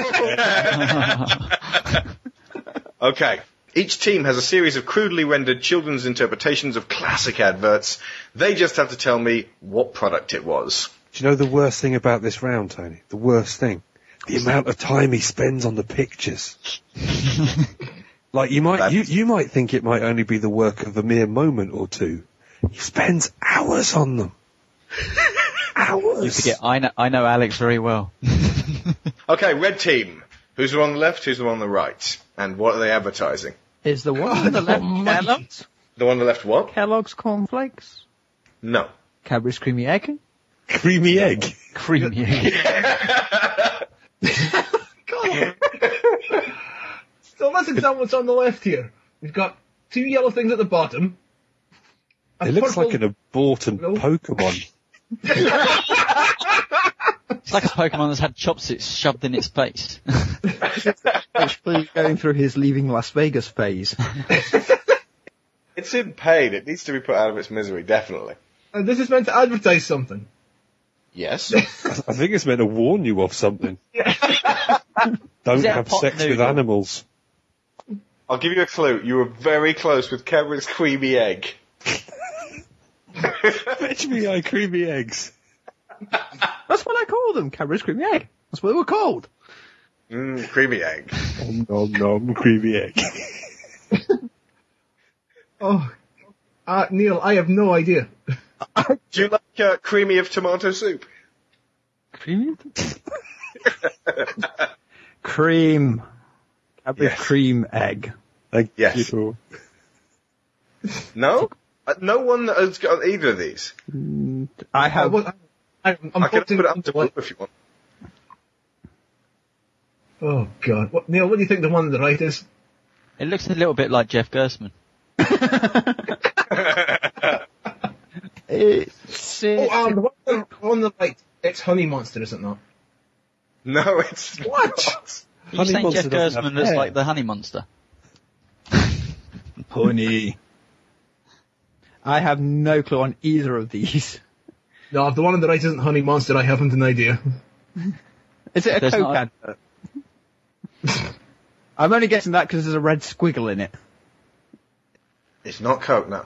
not again.
Okay. Each team has a series of crudely rendered children's interpretations of classic adverts. They just have to tell me what product it was.
Do you know the worst thing about this round, Tony? The worst thing. The amount of time he spends on the pictures. like you might you, you might think it might only be the work of a mere moment or two. He spends hours on them. hours.
You forget, I know, I know Alex very well.
Okay, red team. Who's the one on the left? Who's the one on the right? And what are they advertising?
Is the one on the left Kellogg's?
The one on the left what?
Kellogg's cornflakes.
No.
Cadbury's creamy egg.
Creamy egg.
Creamy.
So let's examine what's on the left here. We've got two yellow things at the bottom. a
It looks
purple-
like an aborted
No.
Pokemon.
It's like a Pokemon that's had chopsticks shoved in its face.
He's going through his leaving Las Vegas phase.
It's in pain. It needs to be put out of its misery, definitely.
And this is meant to advertise something.
Yes.
I I think it's meant to warn you of something. Don't
Is it a
have
pot
sex with
noodle?
animals.
I'll give you a clue. You were very close with Cameron's creamy egg.
Fetch me I creamy eggs.
That's what I call them. Cadbury's creamy egg. That's what they were called.
Mm, creamy egg.
Nom nom nom creamy egg.
Oh, uh, Neil, I have no idea.
Do you like uh, creamy of tomato soup?
Cream? cream. Cadbury
Yes.
cream egg.
Thank
Yes.
you for-
No? Uh, no one has got either of these.
I
I
have.
was, I, I'm, I'm
I can
voting-
put it up to blue if you want.
Oh God, what, Neil, what do you think the one on the right is?
It looks a little bit like Jeff Gerstmann.
It's,
oh, um, the one on the- on the right. It's Honey Monster, isn't it?
No, it's
what?
Are you saying Jeff Gersman looks
hair?
like the honey monster?
Pony. I have no clue on either of these.
No, the one on the right isn't Honey Monster. I haven't an idea.
Is it a
There's
Coke
not a-
advert? I'm only guessing that because there's a red squiggle in it.
It's not Coke, no.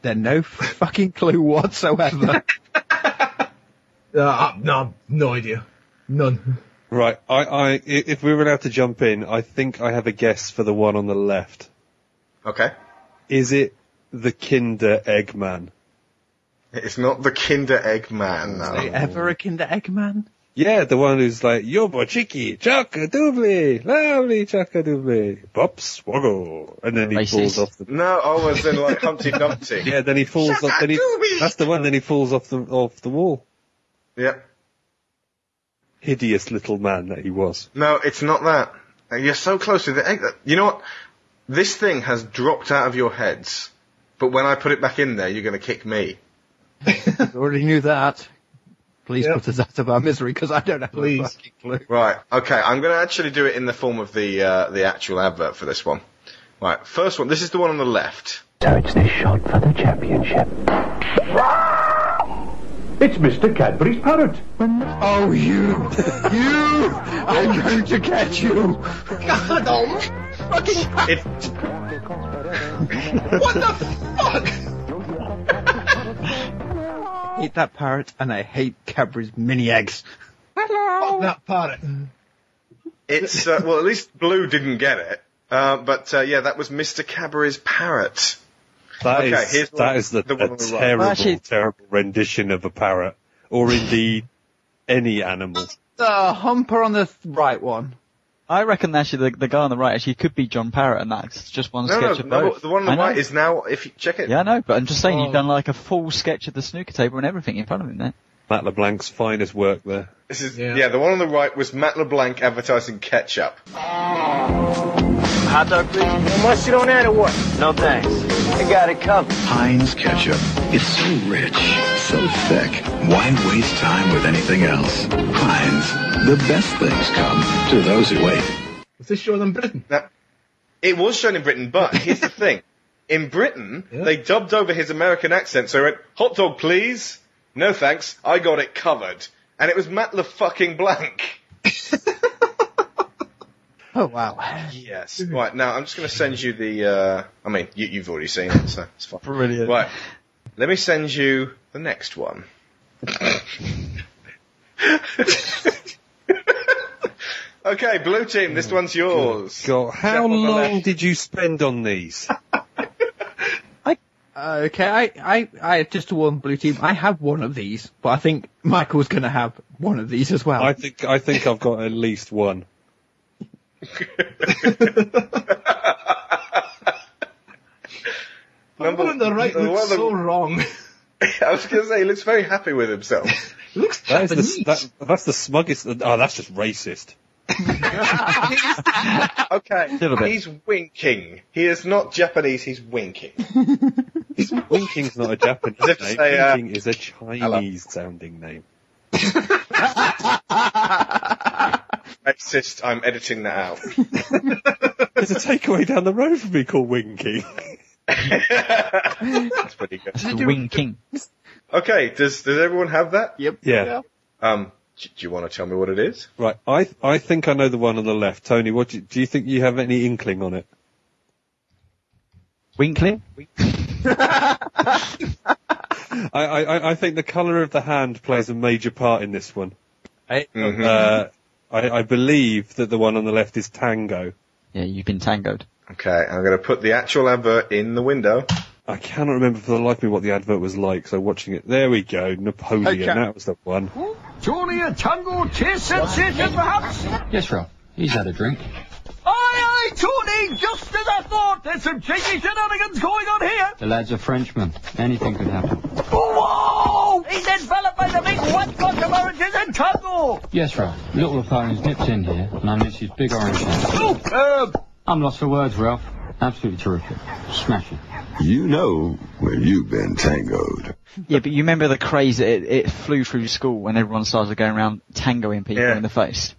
Then no fucking clue whatsoever.
Uh, uh, no, no idea. None.
Right, I, I, i- if we were allowed to jump in, I think I have a guess for the one on the left.
Okay.
Is it the Kinder Eggman?
It's not the Kinder Eggman, no.
Ever a Kinder Eggman?
Yeah, the one who's like, yo bochiki, chaka doobly, lovely chaka doobly, pop swoggle. And then he falls off the,
No, I was in like Humpty Dumpty.
yeah, then he falls off, then he, that's the one, then he falls off the, off the wall.
Yeah.
Hideous little man that he was.
No, it's not that. Uh, You're so close to the egg. You know what? This thing has dropped out of your heads, but when I put it back in there, you're going to kick me.
Already knew that. Please put us out of our misery because I don't have a fucking clue.
Right. Okay. I'm going to actually do it in the form of the uh, the actual advert for this one. Right. First one. This is the one on the left.
So it's this shot for the championship.
It's Mr. Cadbury's parrot.
Oh, you! you! I'm going to get you!
God, oh, fucking. what the
Hate that parrot, and I hate Cadbury's mini eggs.
fuck? Fuck that parrot.
It's uh, well, at least Blue didn't get it. Uh, but uh, yeah, that was Mr. Cadbury's parrot.
That
Okay,
is-
here's the
that
one-
is the,
the
a
one on the right.
terrible,
Actually-
terrible rendition of a parrot, or indeed any animal.
The humper on the th- right one.
I reckon that actually the, the guy on the right actually could be John Parrott, and that's just one
No, no,
sketch of
no,
both.
the one on the
I know.
right is now. If you check it,
Yeah, I know, but I'm just saying
Oh.
you've done like a full sketch of the snooker table and everything in front of him there.
Matt LeBlanc's finest work there.
this is yeah. The one on the right was Matt LeBlanc advertising ketchup.
Hot dog, please. Unless you don't add it, what? No thanks. I got it covered.
Heinz ketchup. It's so rich, so thick. Why waste time with anything else? Heinz, the best things come to those who wait.
Was this shown in Britain?
It was shown in Britain, but here's the thing. In Britain, they dubbed over his American accent, so he went, hot dog please? No thanks, I got it covered. And it was Matt the fucking blank.
Oh, wow.
Yes. Right, now I'm just gonna send you the, uh, I mean, you, you've already seen it, so it's fine. Brilliant. Right. Let me send you the next one. okay, blue team, this one's yours.
God, how long did you spend on these?
Uh, okay, I, I, I, just to warn Blue Team, I have one of these, but I think Michael's gonna have one of these as well.
I think I think I've got at least one.
Number one on the right
the
looks
one on the-
so wrong.
I was gonna say, he looks very happy with himself.
looks
That is
Japanese.
the, that, that's the smuggest. Oh, that's just racist.
okay,
Little bit.
he's winking. He is not Japanese, he's winking.
Winking's not a Japanese
As if
name.
to say, uh,
Winking is a Chinese sounding name.
Racist, I'm editing that out.
There's a takeaway down the road from me called Winking.
That's pretty good.
The Wing King.
Okay, does does everyone have that?
Yep.
Yeah.
Um, do, do you want to tell me what it is?
Right. I I think I know the one on the left. Tony, what do you, do you think you have any inkling on it?
Winkling?
I, I, I- I think the colour of the hand plays a major part in this one.
Mhm.
Uh, I, I believe that the one on the left is tango.
Yeah, you've been tangoed.
Okay, I'm going to put the actual advert in the window.
I cannot remember for the life of me what the advert was like, so watching it, there we go, Napoleon,
Okay.
that was the one.
Surely a tango tastes sensation, perhaps?
Yes, Rob. He's had a drink.
Aye, aye, Tony, just as I thought. There's some shaky shenanigans going on here.
The lad's a Frenchman. Anything could happen.
Whoa! He's enveloped by the big white cock of oranges and tango.
Yes, Ralph. Little Napoleon's nipped in here, and I miss his big orange.
Superb.
I'm lost for words, Ralph. Absolutely terrific. Smashing.
You know when you've been tangoed.
Yeah, but you remember the craze that it, it flew through school when everyone started going around tangoing people in the face.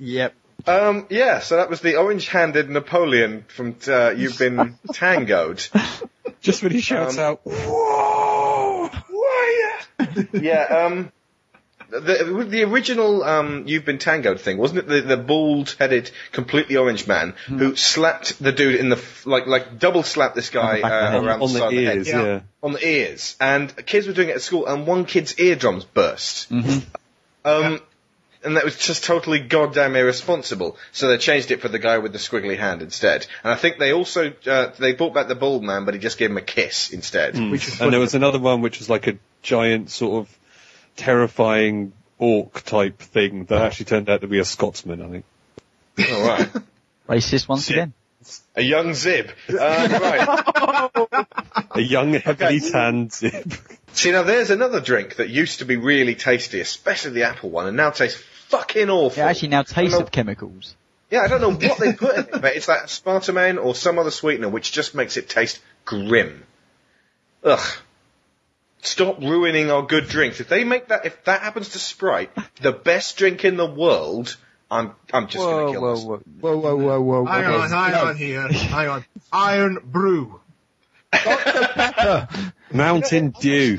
Yep. Um, yeah, so that was the orange-handed Napoleon from uh, You've Been Tangoed.
Just when he shouts
Um,
out,
Whoa! yeah, um, the, the original um, You've Been Tangoed thing, wasn't it the, the bald-headed, completely orange man
Hmm.
who slapped the dude in the, f- like, like double slapped this guy
back of the
uh,
head.
around
On
the
the
side
ears,
of the head.
yeah.
On the ears. And kids were doing it at school and one kid's eardrums burst.
Mm-hmm.
Um, and that was just totally goddamn irresponsible. So they changed it for the guy with the squiggly hand instead. And I think they also uh, they brought back the bald man, but he just gave him a kiss instead.
and there was another one which was like a giant sort of terrifying orc type thing that actually turned out to be a Scotsman, I think.
All right.
Racist once again.
A young Zib. Uh, right.
A young heavily tanned Zib.
See now, there's another drink that used to be really tasty, especially the apple one, and now tastes fucking awful.
It actually now tastes
Hello.
of chemicals.
Yeah, I don't know what they put in it, but it's that aspartame or some other sweetener which just makes it taste grim. Ugh. Stop ruining our good drinks. If they make that, if that happens to Sprite, the best drink in the world, I'm, I'm just gonna kill us.
whoa,
whoa, whoa, whoa, whoa.
Hang
whoa.
on, hang on here. Hang on. Iron Brew.
Mountain Dew.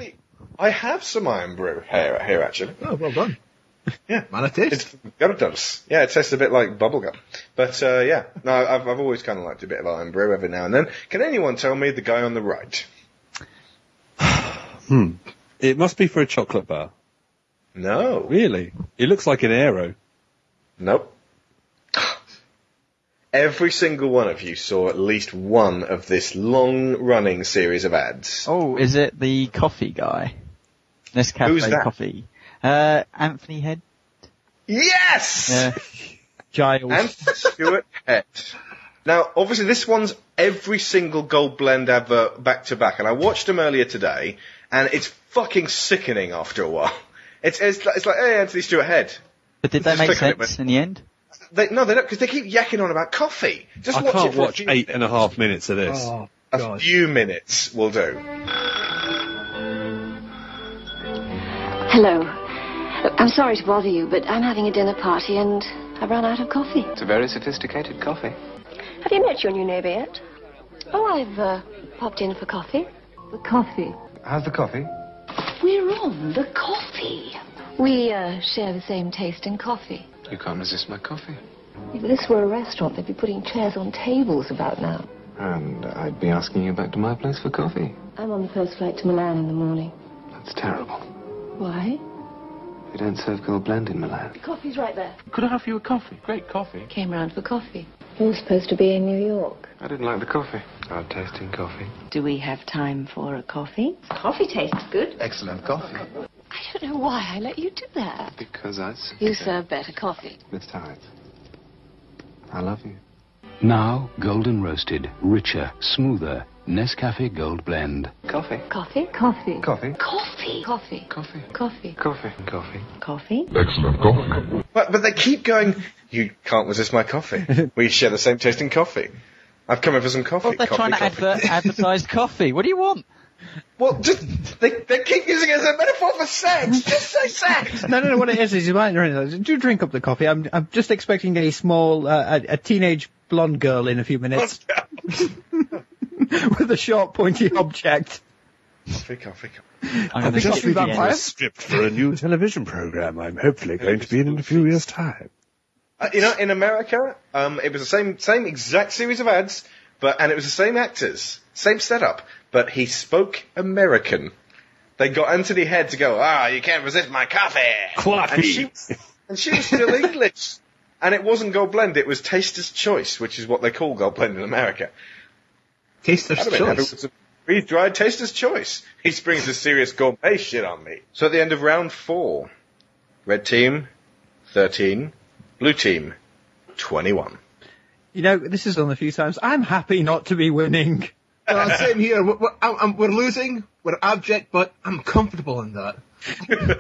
I have some Iron Brew here, here actually.
Oh, well done.
Yeah,
man, it tastes.
It's gum does. Yeah, it tastes a bit like bubblegum. But uh, yeah, no, I've, I've always kind of liked a bit of Iron Brew every now and then. Can anyone tell me the guy on the right?
Hmm. It must be for a chocolate bar.
No.
Really? It looks like an arrow.
Nope. Every single one of you saw at least one of this long-running series of ads.
Oh, is it the coffee guy? Nescafe
Who's that?
coffee. Uh, Anthony Head. Uh,
Yes!
Yeah. Giles.
And Stuart Head. Now, obviously, this one's every single Gold Blend advert back to back, and I watched them earlier today, and it's fucking sickening after a while. It's it's, like- it's like, hey, Anthony Stewart Head.
but did that
Just
make
click on it,
sense in the end?
They, no, they don't, because they keep yakking on about coffee. Just
I
watch
can't
it for a
watch
few
eight and a half minutes of this.
Oh.
A few minutes will do.
Hello. I'm sorry to bother you, but I'm having a dinner party and I've run out of coffee.
It's a very sophisticated coffee.
Have you met your new neighbour yet? Oh, I've uh, popped in for coffee. Coffee?
How's the coffee?
We're on the coffee. We uh, share the same taste in coffee.
You can't resist my coffee.
If this were a restaurant, they'd be putting chairs on tables about now.
And I'd be asking you back to my place for coffee.
I'm on the first flight to Milan in the morning.
That's terrible.
Why?
We don't serve gold blend in Milan.
Coffee's right there.
Could I have you a coffee? Great coffee.
Came round for coffee. You're supposed to be in New York.
I didn't like the coffee. Our taste in coffee.
Do we have time for a coffee? Coffee tastes good.
Excellent coffee.
I don't know why I let you do that.
Because I
You serve better coffee.
Miss Tides. I love you.
Now, golden roasted, richer, smoother Nescafe Gold Blend.
Coffee.
Coffee? Coffee.
Coffee.
Coffee. Coffee.
Coffee.
Coffee.
Coffee. Coffee.
Coffee.
Excellent coffee. But, but they keep going, you can't resist my coffee. we share the same taste in coffee. I've come in for some coffee.
They're
coffee,
trying to
coffee.
advert, advertise coffee. What do you want?
Well, just, they, they keep using it as a metaphor for sex. Just say sex!
No, no, no. What it is is you might do drink up the coffee. I'm, I'm just expecting a small, uh, a, a teenage blonde girl in a few minutes with a sharp, pointy object.
Coffee, coffee, coffee.
I'm think just I'll be reading vampire. a
script for a new television program I'm hopefully going to be in in a few years' time.
Uh, you know, in America, um, it was the same same exact series of ads, but and it was the same actors, same setup, but he spoke American. They got Anthony Head to go, ah, you can't resist my coffee.
Coffee.
And she, and she was still English. And it wasn't Gold Blend, it was Taster's Choice, which is what they call Gold Blend in America.
Taster's
That'd have been handy. It
choice.
was a Freeze dried Taster's Choice. He springs a serious gourmet shit on me. So at the end of round four, red team, 13, blue team, 21.
You know, this is on a few times. I'm happy not to be winning.
And I'm sitting here. We're, we're, I'm, I'm- we're losing. We're abject, but I'm comfortable in that.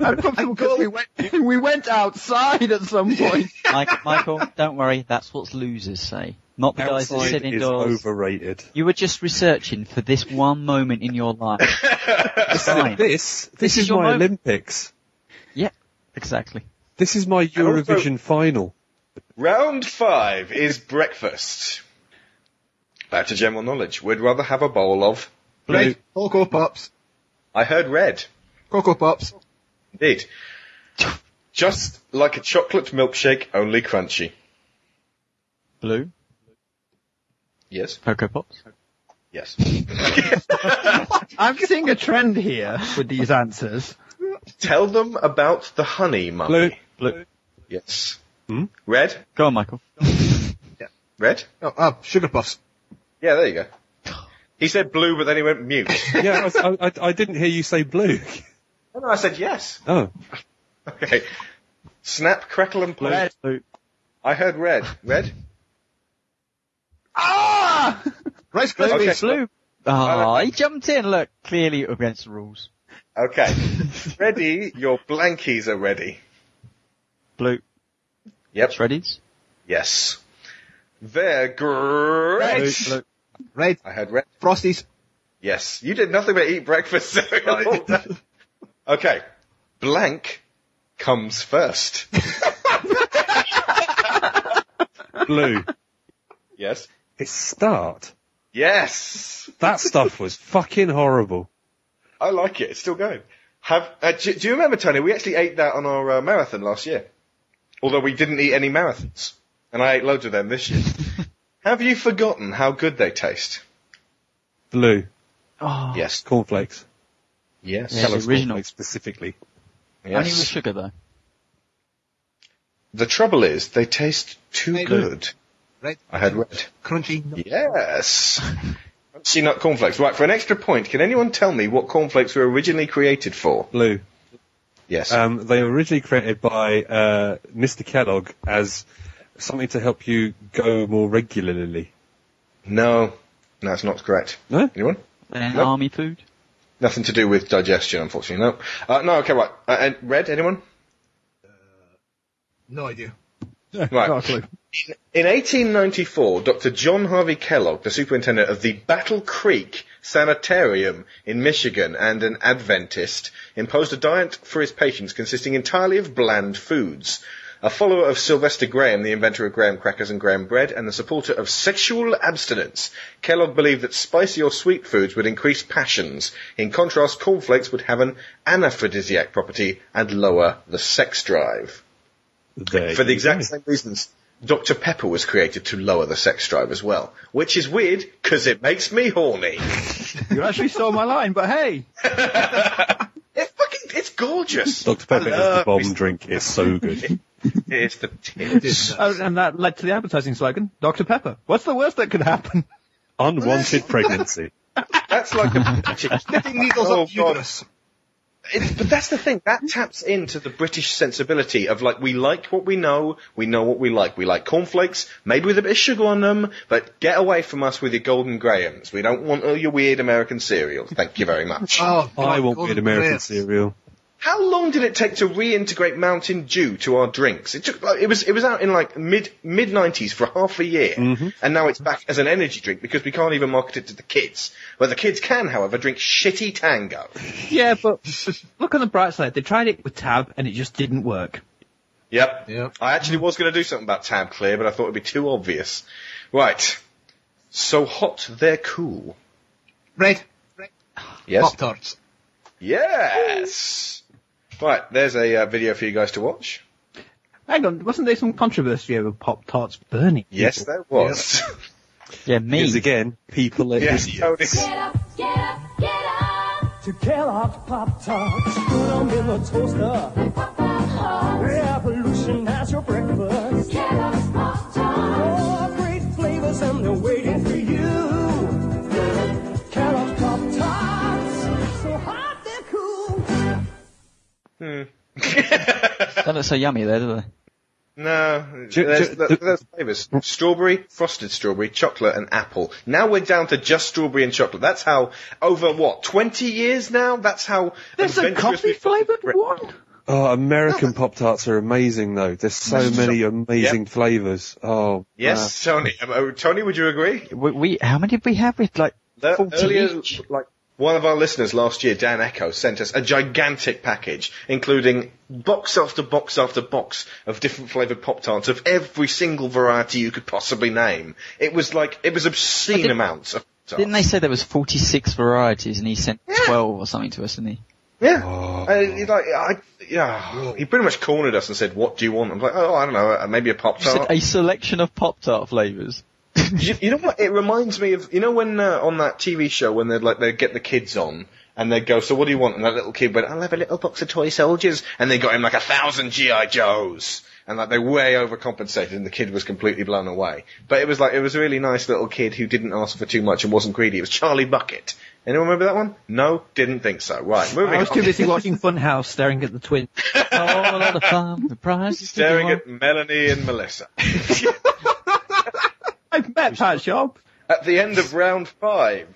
I'm comfortable 'cause we went, we went outside at some point.
Mike, Michael, don't worry. That's what losers say. Not the guys that
Outside
sit
is
indoors.
overrated.
You were just researching for this one moment in your life. It's fine.
This, this,
This
is,
is your
my
moment.
Olympics.
Yeah, exactly.
This is my
also-
Eurovision final.
Round five is breakfast. Back to general knowledge. We'd rather have a bowl of
Blue.
Cocoa Pops. I heard red.
Cocoa Pops.
Indeed. Just like a chocolate milkshake, only crunchy.
Blue.
Yes.
Cocoa Pops.
Yes.
I'm seeing a trend here with these answers.
Tell them about the honey, mummy.
Blue.
Yes. Red.
Go on, Michael.
Red.
Oh, oh, sugar puffs.
Yeah, there you go. He said blue, but then he went mute.
yeah, I was- I, I, I didn't hear you say blue.
And I said yes.
Oh,
Okay. Snap, crackle, and play. I heard red. Red.
Ah!
Rice
Blue.
Okay.
Blue. Ah, he jumped in. Look, clearly against the rules.
Okay. ready. Your blankies are ready.
Blue.
Yep.
Shreddies.
Yes. They're great.
Red. Red.
I had red.
Frosties.
Yes. You did nothing but eat breakfast cereal. okay. Blank comes first.
blue.
Yes.
It's start.
Yes.
That stuff was fucking horrible.
I like it. It's still going. Have uh, do, do you remember, Tony? We actually ate that on our uh, marathon last year, although we didn't eat any marathons, and I ate loads of them this year. Have you forgotten how good they taste?
Blue.
Oh,
Yes.
Cornflakes.
Yes.
Yeah, the
Kellogg's
original.
cornflakes specifically.
Only with
Yes.
sugar though.
The trouble is, they taste too good.
Red.
I had red.
Crunchy.
Yes. Crunchy nut cornflakes. Right, for an extra point, can anyone tell me what cornflakes were originally created for?
Blue.
Yes.
Um, they were originally created by uh, Mr. Kellogg as something to help you go more regularly.
no. No, that's not correct.
No?
Anyone?
Then
Nope.
army food.
Nothing to do with digestion, unfortunately. No. Uh, no, okay, right. Uh, and red, anyone?
No idea.
Right.
Not a clue.
In 1894, Dr. John Harvey Kellogg, the superintendent of the Battle Creek Sanitarium in Michigan and an Adventist, imposed a diet for his patients consisting entirely of bland foods. A follower of Sylvester Graham, the inventor of graham crackers and graham bread, and the supporter of sexual abstinence, Kellogg believed that spicy or sweet foods would increase passions. In contrast, cornflakes would have an anaphrodisiac property and lower the sex drive.
There
For the
you
exact
go.
same reasons, Dr. Pepper was created to lower the sex drive as well. Which is weird, because it makes me horny.
You actually stole my line, but hey,
It's fucking, it's gorgeous.
Dr. Pepper
I
is the
love
bomb
it.
drink. It's so good.
It's the tits.
oh, and that led to the advertising slogan, Dr. Pepper. What's the worst that could happen?
Unwanted pregnancy.
That's like a
Sticking needles
Oh,
up the uterus.
It's, but that's the thing. That taps into the British sensibility of like, we like what we know, we know what we like. We like cornflakes, maybe with a bit of sugar on them, but get away from us with your golden grahams. We don't want all your weird American cereals. Thank you very much.
Oh, God,
I want
golden
weird American
grapes.
cereal.
How long did it take to reintegrate Mountain Dew to our drinks? It took like, it was it was out in like mid mid nineties for half a year, and now it's back as an energy drink because we can't even market it to the kids. Well, the kids can, however, drink shitty Tango.
Yeah, but look on the bright side. They tried it with Tab and it just didn't work.
Yep.
Yep.
I actually was going to do something about Tab Clear, but I thought it'd be too obvious. Right. So hot they're cool.
Red.
Yes.
Pop tarts.
Yes. Right. There's a uh, video for you guys to watch.
Hang on, wasn't there some controversy over Pop Tarts burning?
Yes, there was.
Yeah, me.
Because again, people are
yes,
idiots.
Tony.
To Kellogg's Pop Tarts, put 'em in the toaster. Revolutionize your breakfast. Kellogg's Pop Tarts. Oh, great flavors and they're waiting for you. Kellogg's Pop Tarts, so hot they're cool.
Don't look so yummy there, do they?
No,
Ju-
there's,
ju-
th- there's flavors: strawberry, frosted strawberry, chocolate, and apple. Now we're down to just strawberry and chocolate. That's how over what twenty years now. That's how
There's a
adventurous
coffee
we've-
flavoured one?
Oh, American Pop Tarts are amazing though. There's so many amazing flavors. Oh,
Yes, Tony. Um, uh, Tony, would you agree?
We, we how many did we have with like
The-
40
earlier, like one of our listeners last year, Dan Echo, sent us a gigantic package, including box after box after box of different flavored pop tarts of every single variety you could possibly name. It was like it was obscene amounts of pop tarts.
Didn't they say there was 46 varieties and he sent 12 or something to us, didn't he?
Yeah, Uh, it's like I, yeah, he pretty much cornered us and said, "What do you want?" I'm like, "Oh, I don't know, uh, maybe a pop
You said
tart."
a selection of Pop-Tart flavours.
you, you know what? It reminds me of you know when uh, on that TV show when they like they get the kids on and they go, "So what do you want?" And that little kid went, "I'll have a little box of toy soldiers," and they got him like a thousand GI Joes. And like they way overcompensated, and the kid was completely blown away. But it was like it was a really nice little kid who didn't ask for too much and wasn't greedy. It was Charlie Bucket. Anyone remember that one? No, didn't think so. Right, moving
I was
on.
too busy watching Funhouse staring at the twins. oh,
a lot of fun. The prize.
Staring at Melanie and Melissa.
I've met Pat Sharp.
At the end of round five,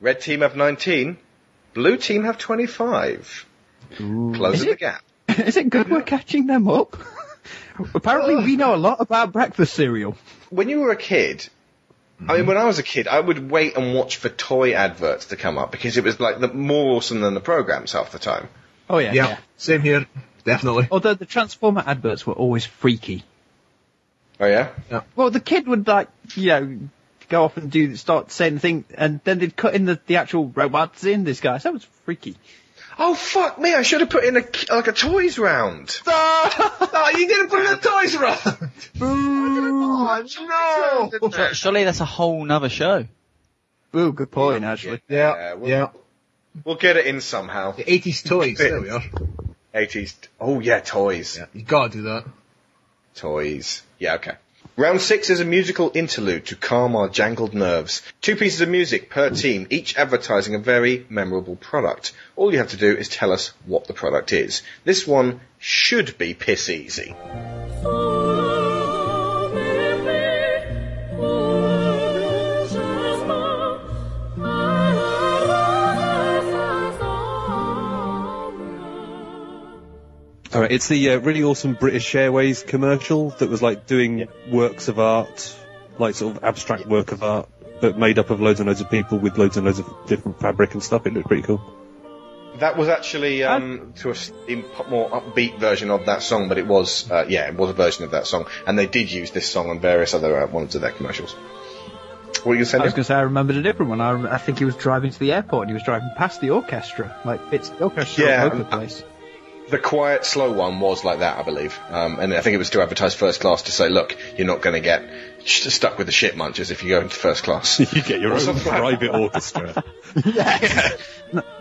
red team have 19, blue team have 25.
Is
Closing the
it-
gap.
Is it good we're catching them up? Apparently, we know a lot about breakfast cereal.
When you were a kid, I mean, when I was a kid, I would wait and watch for toy adverts to come up because it was like the, more awesome than the programs half the time.
Oh yeah,
Yeah,
same here,
definitely.
Although the Transformer adverts were always freaky.
Oh yeah?
Well, the kid would like, you know, go off and do start saying the thing, and then they'd cut in the, the actual robots in this guy. So that was freaky.
Oh fuck me! I should have put in a like a toys round.
no, Oh, you didn't put in the toys round. Oh no!
Sur- Surely that's a whole nother show.
Ooh, good point, actually.
Yeah, we'll, yeah. We'll get it in somehow. The
80s toys, there we are.
80s. Oh yeah, toys.
You gotta do that.
Toys. Yeah, okay. Round six is a musical interlude to calm our jangled nerves. Two pieces of music per team, each advertising a very memorable product. All you have to do is tell us what the product is. This one should be piss easy.
All right, it's the uh, really awesome British Airways commercial that was like doing works of art, like sort of abstract work of art, but made up of loads and loads of people with loads and loads of different fabric and stuff. It looked pretty cool.
That was actually um, to a s- in p- more upbeat version of that song, but it was uh, yeah, it was a version of that song, and they did use this song on various other uh, ones of their commercials. What are you
I
saying?
was going to say I remembered a different one. I, rem- I think he was driving to the airport and he was driving past the orchestra, like bits of the orchestra
Yeah,
all over the
um,
place.
The quiet, slow one was like that, I believe, um, and I think it was to advertise first class to say, look, you're not going to get st- stuck with the shit munchers if you go into first class.
you get your own private orchestra.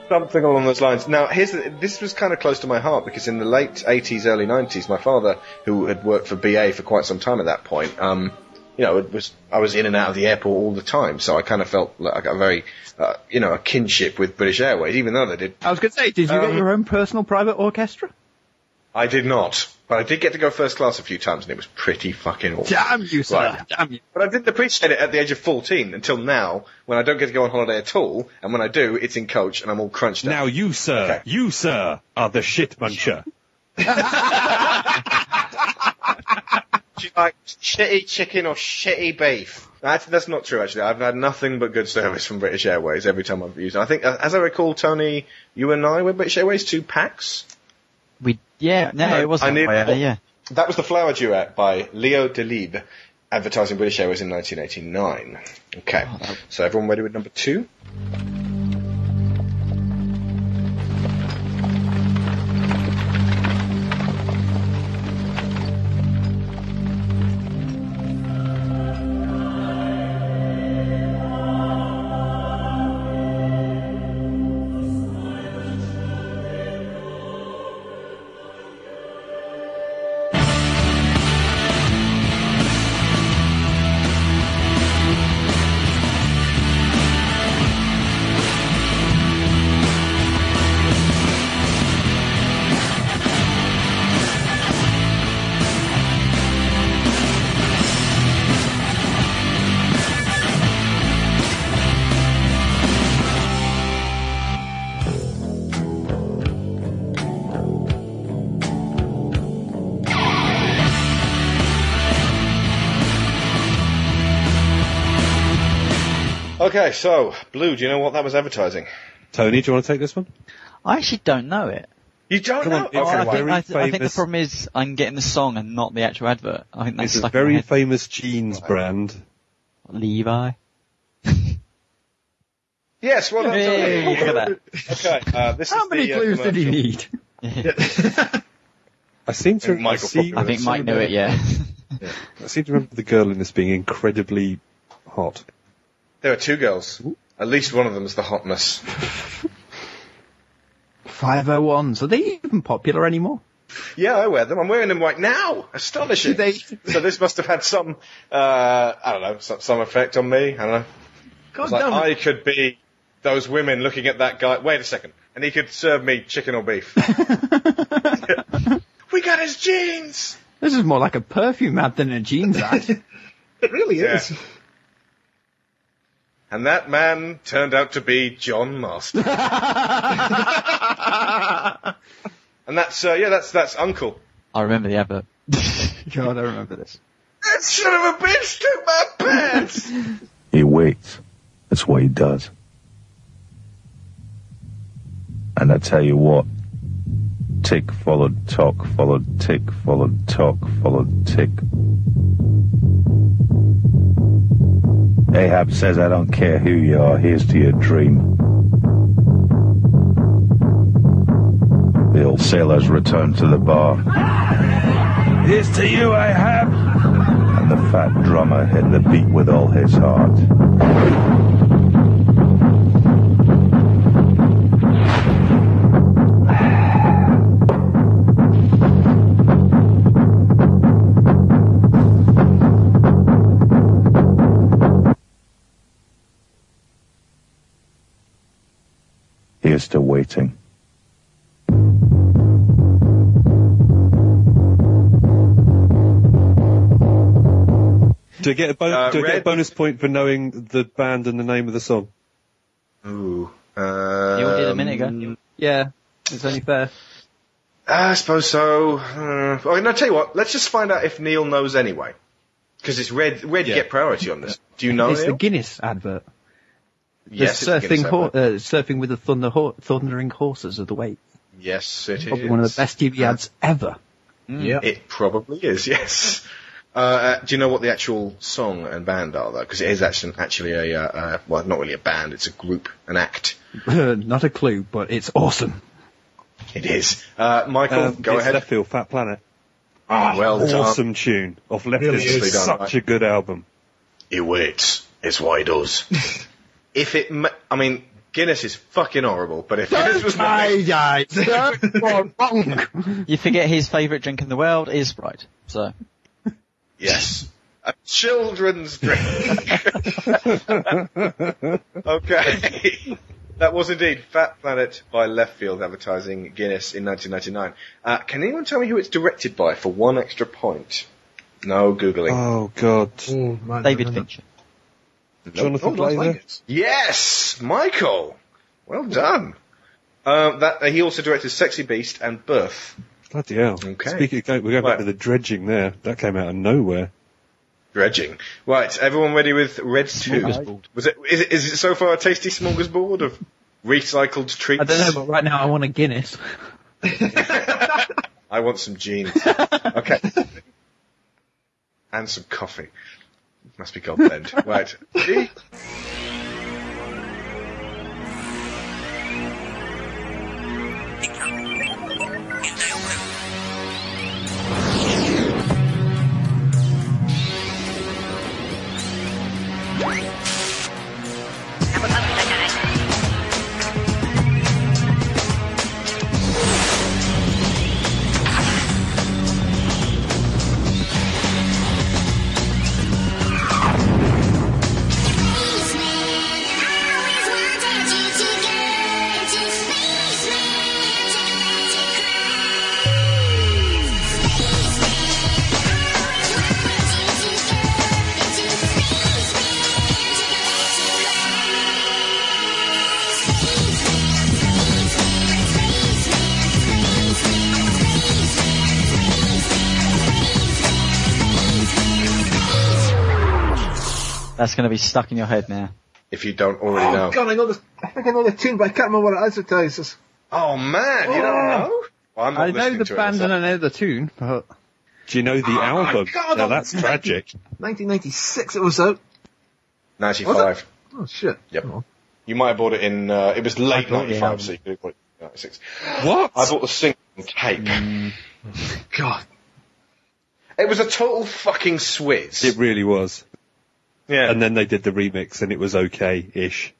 something along those lines. Now, here's the, this was kind of close to my heart because in the late 80s, early 90s, my father, who had worked for BA for quite some time at that point, um, you know, it was I was in and out of the airport all the time, so I kind of felt like I got a very, uh, you know, a kinship with British Airways, even though they did.
I was going to say, did you
Um,
get your own personal private orchestra?
I did not, but I did get to go first class a few times, and it was pretty fucking awesome.
Damn you, sir!
Right.
Damn you!
But I didn't appreciate it at the age of 14 until now, when I don't get to go on holiday at all, and when I do, it's in coach, and I'm all crunched up.
Now you, sir,
Okay.
you, sir, are the shit muncher.
Do you like shitty chicken or shitty beef? That's, that's not true, actually. I've had nothing but good service from British Airways every time I've used it. I think, uh, as I recall, Tony, you and I were British Airways two packs.
We, yeah, no, it
I
wasn't.
need-
that way, uh, yeah.
That was the Flower Duet by Leo Delibes, advertising British Airways in 1989. Okay,
Oh,
so everyone ready with number two? Okay, so Blue, do you know what that was advertising?
Tony, do you want to take this one?
I actually don't know it.
You don't
Come on,
know?
it's
okay,
a
well,
very
I, th- I think the
famous-
problem is I'm getting the song and not the actual advert. I think that's
It's a
stuck in my
very
head.
famous jeans brand.
Levi.
Yes, well done, Tony.
Hey, look at
Okay, uh, this
How
is
many
the, uh,
clues did he
commercial.
need?
I seem to.
I think Michael
I, see-
probably I
think Mike knew it, yeah.
I seem to remember the girl in this being incredibly hot.
There are two girls. At least one of them is the hotness.
501s. Are they even popular anymore?
Yeah, I wear them. I'm wearing them right now. Astonishing. so this must have had some, uh, I don't know, some, some effect on me. I don't know.
God
It's like
damn
I could be those women looking at that guy. Wait a second, and he could serve me chicken or beef. we got his jeans.
This is more like a perfume ad than a jeans ad.
It really
Yeah.
is.
And that man turned out to be John Marston. and that's uh, yeah, that's that's Uncle.
I remember the advert.
God, I remember this.
That son of a bitch took my pants.
He waits. That's what he does. And I tell you what, tick followed talk followed tick followed talk followed tick. Ahab says, I don't care who you are, here's to your dream. The old sailors return to the bar. Here's to you, Ahab! And the fat drummer hit the beat with all his heart. Here's to waiting.
Do I get a, bon-
Uh,
do I get a
Red-
bonus point for knowing the band and the name of the song?
Ooh.
You all did a
um,
minute ago.
Yeah, it's only fair.
I suppose so. Uh, oh, no, tell you what. Let's just find out if Neil knows anyway, because it's red. Red get priority on this. Do you know?
it's
Neil?
the Guinness advert. The
yes, it's the
surfing,
Guinness
hor-
advert.
uh, surfing with the thunder ho- thundering horses of the wake.
Yes, it is. Mm.
Probably one of the best TV ads ever.
Yeah, it probably is. Yes. Uh, uh, do you know what the actual song and band are though? Because it is actually actually a uh, uh, well, not really a band. It's a group, an act.
Not a clue, but it's awesome.
It is. Uh, Michael,
Um,
go
it's
ahead.
Left Field, Fat Planet.
Ah, well done.
awesome tune off Left
Really
Field.
is.
It's
Done,
such
right?
a good album.
He waits. It's what he does. if it, ma- I mean, Guinness is fucking horrible. But if this was my
wrong.
You forget his favourite drink in the world is Sprite. So,
Yes. A children's drink. okay. That was indeed Fat Planet by Left Field Advertising Guinness in 1999. Uh, can anyone tell me who it's directed by for one extra point? No Googling.
Oh God.
Mm.
David Fincher.
Nope.
Jonathan
Oh, Las
Glazer?
Vegas. Yes! Michael! Well done. Uh, that, he also directed Sexy Beast and Birth.
Bloody hell.
Okay.
Speaking of, we're going back to the dredging there. That came out of nowhere.
Dredging. Right, everyone ready with Red 2?
Smorgasbord.
Was it, is it, is it so far a tasty smorgasbord of recycled treats?
I don't know, but right now I want a Guinness.
I want some jeans. okay. And some coffee. Must be God blend. right. Ready?
That's going to be stuck in your head now.
if you don't already
Oh
know.
god, I know this. I think I know the tune, but I can't remember what it advertises.
Oh man, you don't know? Well, I'm not
I know
listening
the
to it,
band
so-
and I know the tune, but
Do you know the
Ah,
album?
God,
now
I'm-
that's tragic.
1996 it was out.
95.
Oh shit.
Yep. You might have bought it in, uh, it was late
bought the
95,
album.
so you could have bought it in 96.
What?
I bought the single on tape.
God.
It was a total fucking switz.
It really was.
Yeah.
And then they did the remix and it was okay-ish.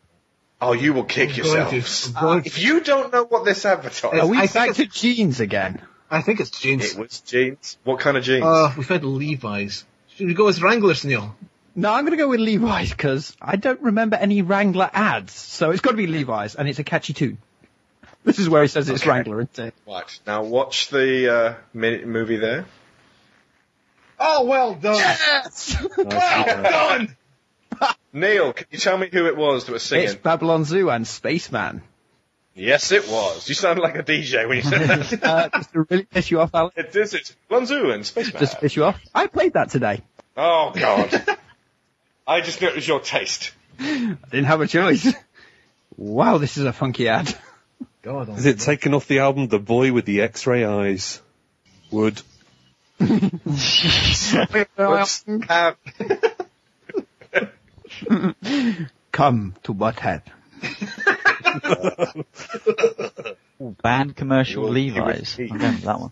Oh, you will kick yourself. Uh, If you don't know what this advertises,
are we
I think
back to jeans again?
I think it's jeans.
it was jeans. What kind of jeans?
Uh, we've had Levi's. Should we go with Wranglers, Neil?
No, I'm going to go with Levi's because I don't remember any Wrangler ads, so it's got to be Levi's, and it's a catchy tune. This is where he says it's Wrangler, isn't it?
right. Now watch the uh, mi- movie there.
Oh, well done.
well done! Neil, can you tell me who it was that was singing?
It's Babylon Zoo and Spaceman.
Yes, it was. You sound like a DJ when you said that.
Uh, just to really piss you off, Alex.
it is. It's Lonzu and Spaceman.
Just to piss you off. I played that today.
Oh, God. I just knew it was your taste.
I didn't have a choice. Wow, this is a funky ad.
Oh,
God.
Is it taken off the album The Boy with the X-Ray Eyes? Would.
Let's have-
Come to Butthead.
Band commercial
Well, you would
Levi's. I remember that one.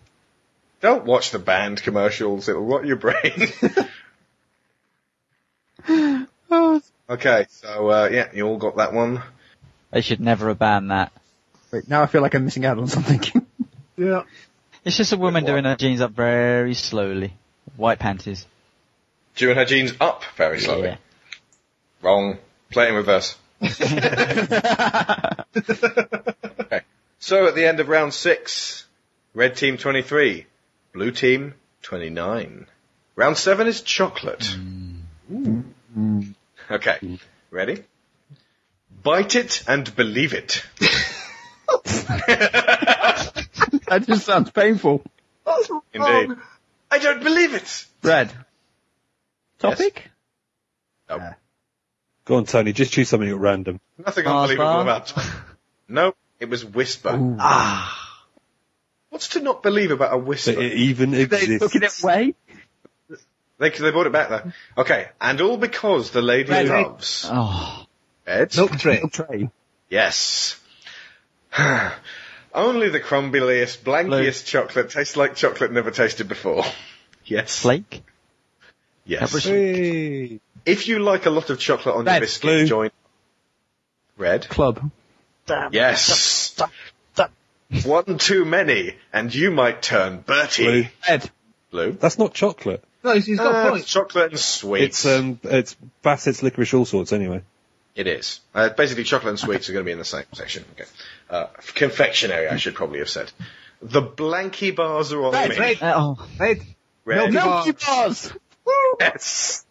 Don't watch the band commercials. It'll rot your brain. okay, so, uh, yeah, you all got that one.
They should never have banned that.
Wait, now I feel like I'm missing out on something.
Yeah.
It's just a woman doing her jeans up very slowly. White panties.
Doing her jeans up very slowly. Wrong. Play in reverse. okay. So at the end of round six, red team 23, blue team 29. Round seven is chocolate. Okay. Ready? Bite it and believe it.
that just sounds painful.
That's
Indeed.
wrong.
I don't believe it.
Red. Topic?
No.
Go on, Tony, just choose something at random.
Nothing
Mars
unbelievable
bar?
about No, it was whisper.
Ah.
What's to not believe about a whisper?
That it even exists.
Took it away?
They, they brought it back though. Okay, and all because the lady
Red.
loves
Oh.
Ed.
Milk tray.
Train.
Yes. Only the crumbliest, blankiest chocolate tastes like chocolate never tasted before. Yes.
Flake?
Yes.
Pepper-
Hey.
If you like a lot of chocolate on your
Red.
biscuit,
Blue.
join red.
Club.
Yes. One too many, and you might turn
Blue.
Bertie
Red.
blue.
That's not chocolate.
No, he's, he's got
Uh,
a point.
chocolate and sweets.
It's um, it's Bassett's licorice all sorts anyway.
It is. Uh, basically, chocolate and sweets are going to be in the same section. Okay. Uh, confectionery, I should probably have said. The blanky bars are on
Red,
me.
red,
Uh, oh.
red. Milky
Red.
Milky
Bar.
bars!
Yes.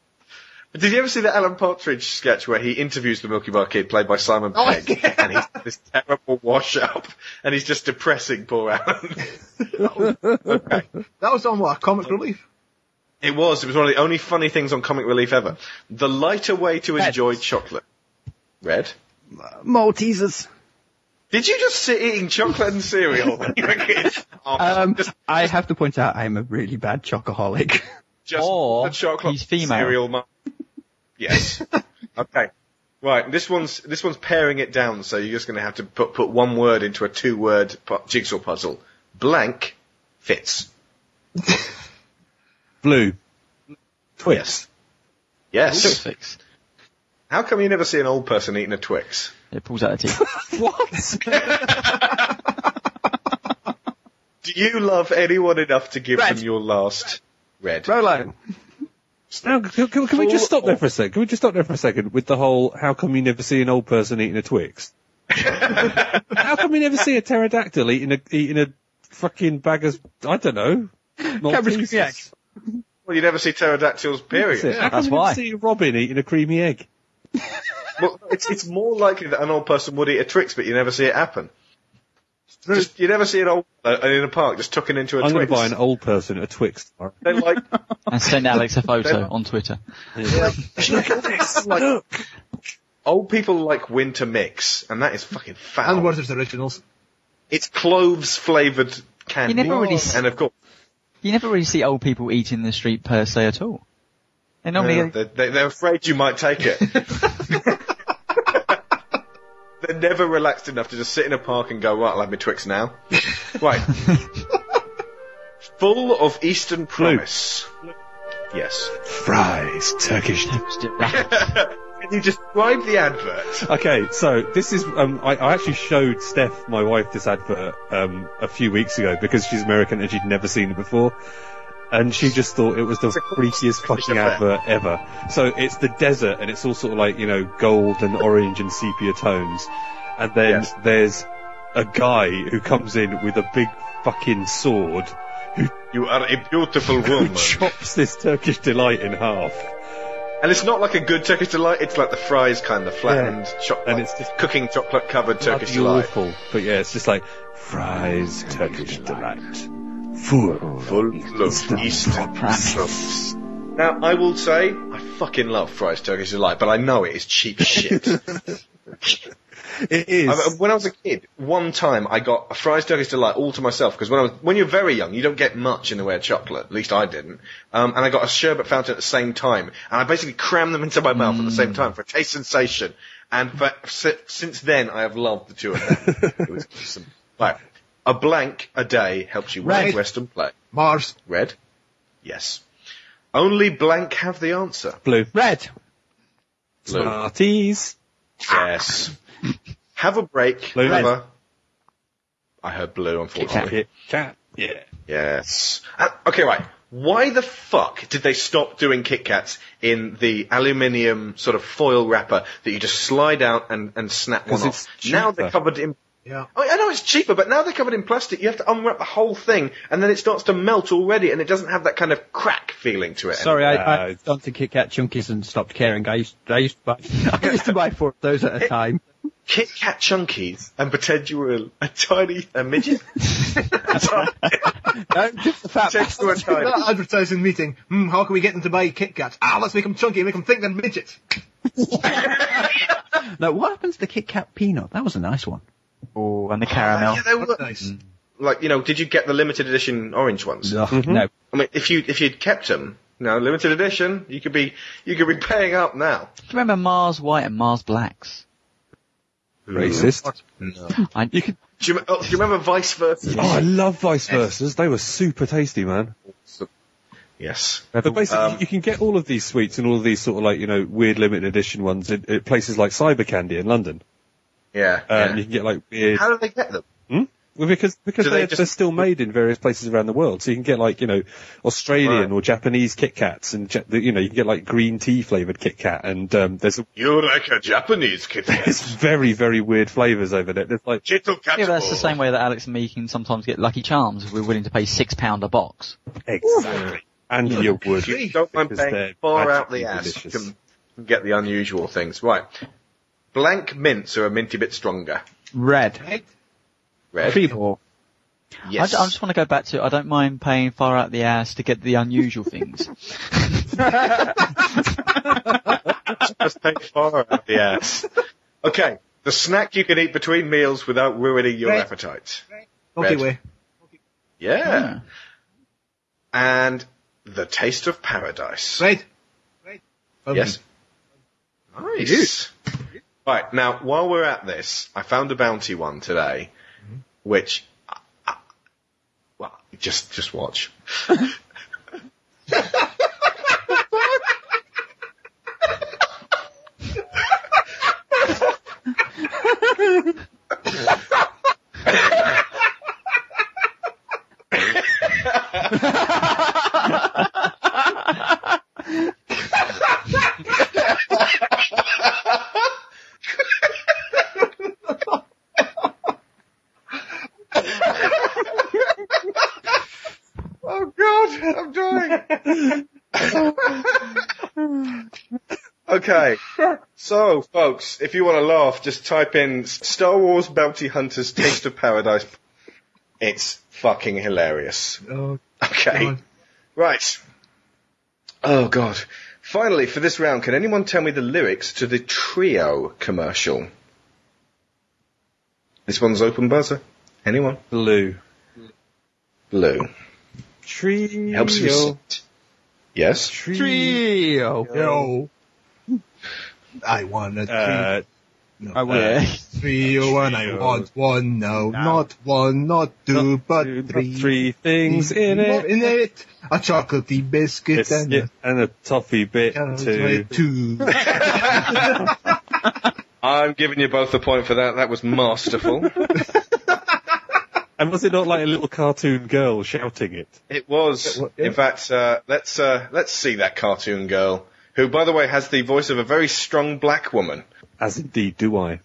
But did you ever see the Alan Partridge sketch where he interviews the Milky Bar Kid, played by Simon
Oh,
Pegg,
yeah.
and he's this terrible wash-up, and he's just depressing poor Alan.
That was on what? Comic Relief?
it was. It was one of the only funny things on Comic Relief ever. The lighter way to
Red.
enjoy chocolate. Red.
Maltesers.
Did you just sit eating chocolate and cereal when you were a kid? Oh,
Um,
just
I have to point out I'm a really bad chocoholic.
just
Or
the chocolate
he's female.
cereal mu- Yes. okay. Right. This one's this one's paring it down, so you're just going to have to put put one word into a two word pu- jigsaw puzzle. Blank fits.
Blue. Twix.
Yes. Yes.
Twix.
How come you never see an old person eating a Twix?
It pulls out a teeth.
what?
Do you love anyone enough to give
Red.
them your last red?
Rolo.
Now, can, can- can we just
Full
stop there for a second? Can we just stop there for a second with the whole "How come you never see an old person eating a Twix"? How come you never see a pterodactyl eating a eating a fucking bag of I don't know?
Cambridge
Maltesers?
creamy egg.
Well, you never see pterodactyls.
That's it.
Period.
How come
That's
you never
why.
see a robin eating a creamy egg?
Well, it's it's more likely that an old person would eat a Twix, but you never see it happen. Just, you never see an old uh, in a park just tucking into a
I'm going
Twix.
to buy an old person a Twix tomorrow.
They like
And send Alex a photo on Twitter.
Look at this. Like, Old people like win to mix, and that is fucking foul.
And Werther's Originals.
It's cloves flavored candy.
never really s-
and of course,
You never really see old people eat in the street per se at all. They normally,
Yeah, they- they, they're afraid you might take it. they're never relaxed enough to just sit in a park and go, right, I'll have my Twix now. right. Full of Eastern promise. Yes.
Fries, Turkish.
Can you describe the advert?
Okay, so this is um, I, I actually showed Steph, my wife, this advert um, a few weeks ago because she's American and she'd never seen it before, and she just thought it was the freakiest fucking advert ever. So it's the desert and it's all sort of like you know gold and orange and sepia tones, and then there's a guy who comes in with a big fucking sword
You are a beautiful
who
woman.
chops this Turkish delight in half.
And it's not like a good Turkish delight, it's like the fries kind of flattened chocolate. And it's cooking chocolate covered Turkish
Bloody
delight.
awful. But yeah, it's just like fries, Turkish delight, full,
full of Eastern promise. Now, I will say, I fucking love fries Turkish delight, but I know it is cheap shit.
It is.
I, when I was a kid, one time I got a fries Turkish delight all to myself because when I was when you're very young, you don't get much in the way of chocolate. At least I didn't. Um, and I got a sherbet fountain at the same time, and I basically crammed them into my mouth at the same time for a taste sensation. And for, si- since then, I have loved the two of them. it was awesome. Right, a blank a day helps you
Red.
work, rest, and play.
Mars.
Red. Yes. Only blank have the answer.
Blue.
Red.
Blue.
Smarties.
Yes. Have a break.
Blue. Red.
Have a- I heard blue, unfortunately.
Kit Kat. Yeah.
Yes. Uh, okay, right. Why the fuck did they stop doing Kit Kats in the aluminium sort of foil wrapper that you just slide out and, and snap one
'Cause
off?
it's
Now
cheaper.
they're covered in. Oh,
Yeah.
I I know it's cheaper, but now they're covered in plastic. You have to unwrap the whole thing, and then it starts to melt already, and it doesn't have that kind of crack feeling to it.
Sorry,
anymore.
I, I done to Kit Kat chunkies and stopped caring. I used, I used to buy, I used to buy four of those at a time.
Kit Kat chunkies and pretend you were a, a tiny a midget.
Don't give the fat
Takes to a
At
tiny.
that advertising meeting, hmm, how can we get them to buy Kit Kats? Ah, let's make them chunky and make them think they're midgets.
No, what happens to the Kit Kat peanut? That was a nice one.
oh, and the
Yeah,
caramel.
they were nice. Like you know, did you get the limited edition orange ones?
No.
I mean, if you if you'd kept them, no limited edition, you could be you could be paying up now.
Do you remember Mars White and Mars Blacks?
Mm. Racist.
No.
I,
You could.
Do you, oh, do you remember Vice Versa?
Oh, I love vice versas. They were super tasty, man.
Yes.
But basically,
Um,
you can get all of these sweets and all of these sort of like you know weird limited edition ones at, at places like Cyber Candy in London.
Yeah.
Um,
yeah.
You can get like weird.
How do they get them?
Well, because because
Do
they
they
are
just-
they're still made in various places around the world, so you can get like you know Australian
Right.
or Japanese Kit Kats, and Ja- you know you can get like green tea flavored Kit Kat, and um, there's
You're like a Japanese kid.
there's very very weird flavors over there. There's like
Chittle
yeah, that's the
Oh.
same way that Alex and me can sometimes get Lucky Charms if we're willing to pay six pound a box.
exactly, and you would
You don't mind
because they're
paying far out
magically
the ass.
delicious.
You can get the unusual things. Right. Blank mints are a minty bit stronger.
Red.
Red.
People.
I,
Yes.
d- I just want to go back to I don't mind paying far out the ass to get the unusual things.
just take far out the ass. Okay. The snack you can eat between meals without ruining your
Red.
appetite.
Milky
Red.
Way.
Yeah.
Yeah.
And the taste of paradise.
Red.
Yes. Nice. Right now, while we're at this, I found a bounty one today, which, I- I- well, just just watch. Oh God, I'm dying. okay, so folks, if you want to laugh, just type in Star Wars Bounty Hunters Taste of Paradise. It's fucking hilarious.
Oh,
Okay,
God.
right. Oh God, Finally, for this round, can anyone tell me the lyrics to the Trio commercial? This one's open buzzer. Anyone?
Blue.
Blue.
Trio.
Helps me. sit. Yes?
Trio.
Yo. I want a trio.
Uh,
no.
I want
Uh,
a
trio and I want one now. Not one, not two, but three.
three things in it.
In it. A chocolatey biscuit and a
Biscuit and a toffee bit too.
two.
I'm giving you both a point for that. That was masterful.
And was it not like a little cartoon girl shouting it?
It was. In fact, uh, let's uh, let's see that cartoon girl, who, by the way, has the voice of a very strong black woman.
As indeed do I.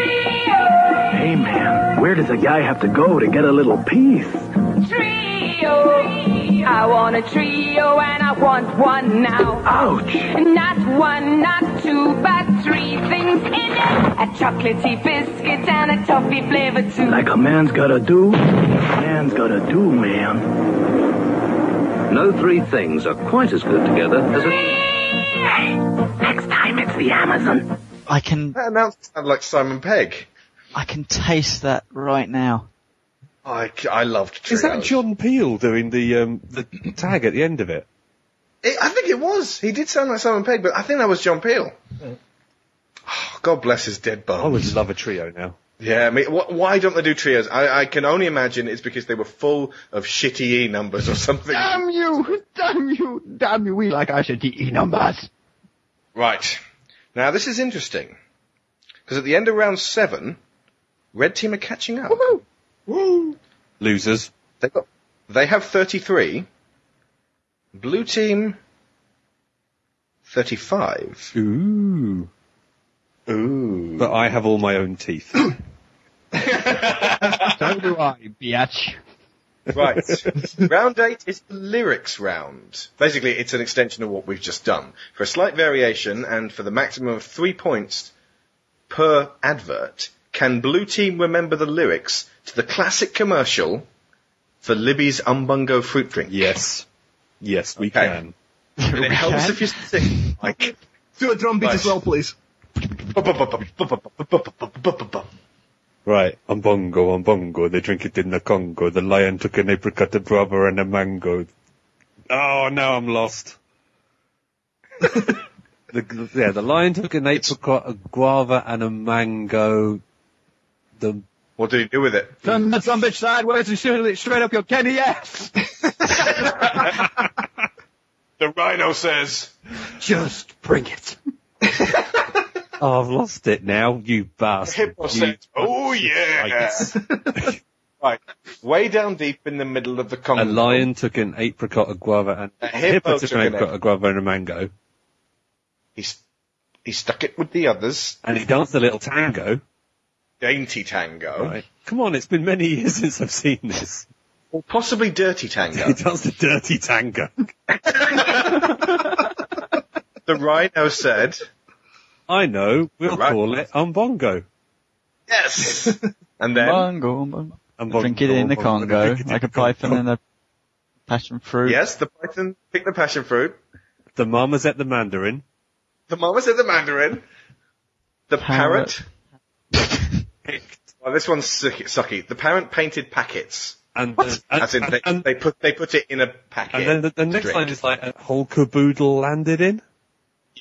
Hey man, where does a guy have to go to get a little peace?
Trio. I want a trio and I want one now.
Ouch!
Not one, not two, but three things in it. A chocolatey biscuit and a toffee flavor too.
Like a man's gotta do, a man's gotta do, man.
No three things are quite as good together as a.
Hey, next time it's the Amazon.
I can,
That announcement sounded like Simon Pegg.
I can taste that right now.
I, I loved Trio.
Is that John Peel doing the um, the tag at the end of it?
It- I think it was. He did sound like Simon Pegg, but I think that was John Peel.
Mm.
Oh, God bless his dead
I
bones.
would love a trio now.
Yeah, I mean, wh- why don't they do trios? I, I can only imagine it's because they were full of shitty E numbers or something.
Damn you! Damn you! Damn you! We like our shitty E numbers.
Right. Now this is interesting. Because at the end of round seven, red team are catching up.
Losers.
They got, they have 33. Blue team, 35.
Ooh.
Ooh.
But I have all my own teeth.
so do I, biatch.
Right. round eight is the lyrics round. Basically, it's an extension of what we've just done. For a slight variation and for the maximum of three points per advert, can Blue Team remember the lyrics to the classic commercial for Libby's Umbungo fruit drink?
yes. Yes, we
Okay.
can.
And it helps if you sing like.
Do a drum beat
Right.
as well, please.
Right. On bongo, on bongo, they drink it in the Congo. The lion took an apricot, a brother, and a mango. Oh, now I'm lost. the, yeah, the lion took an apricot, a guava, and a mango. The
What did he do with it?
Turn that some bitch sideways and shoot it straight up your Kenny ass.
The rhino says.
Just bring it.
oh, I've lost it now, you bastard.
Hippo
You-
says, oh yeah. right. Way down deep in the middle of the
a
Congo.
lion took an apricot, a guava, and
A
a
hippo
hippo
took
took an
an
apricot, a guava, and a mango.
He, s- he stuck it with the others.
And he danced a little tango.
Dainty tango.
Right. Come on, it's been many years since I've seen this.
Or possibly dirty tango.
He danced a dirty tango.
the rhino said.
I know. We'll
Right.
call it umbongo.
Yes. and then.
Bongo, bongo.
umbongo.
Drink it in the
umbongo,
Congo,
drink it in
like a
the Congo.
python and a passion fruit.
Yes, the python picked the passion fruit.
The mama's at the mandarin.
The mama said the mandarin. The parrot.
Parrot.
Oh, this one's sucky, sucky. The parent painted packets.
And, the, and,
As in, they,
and,
they put they put it in a packet.
and then the, the
to
next
drink.
line is like a whole caboodle landed in.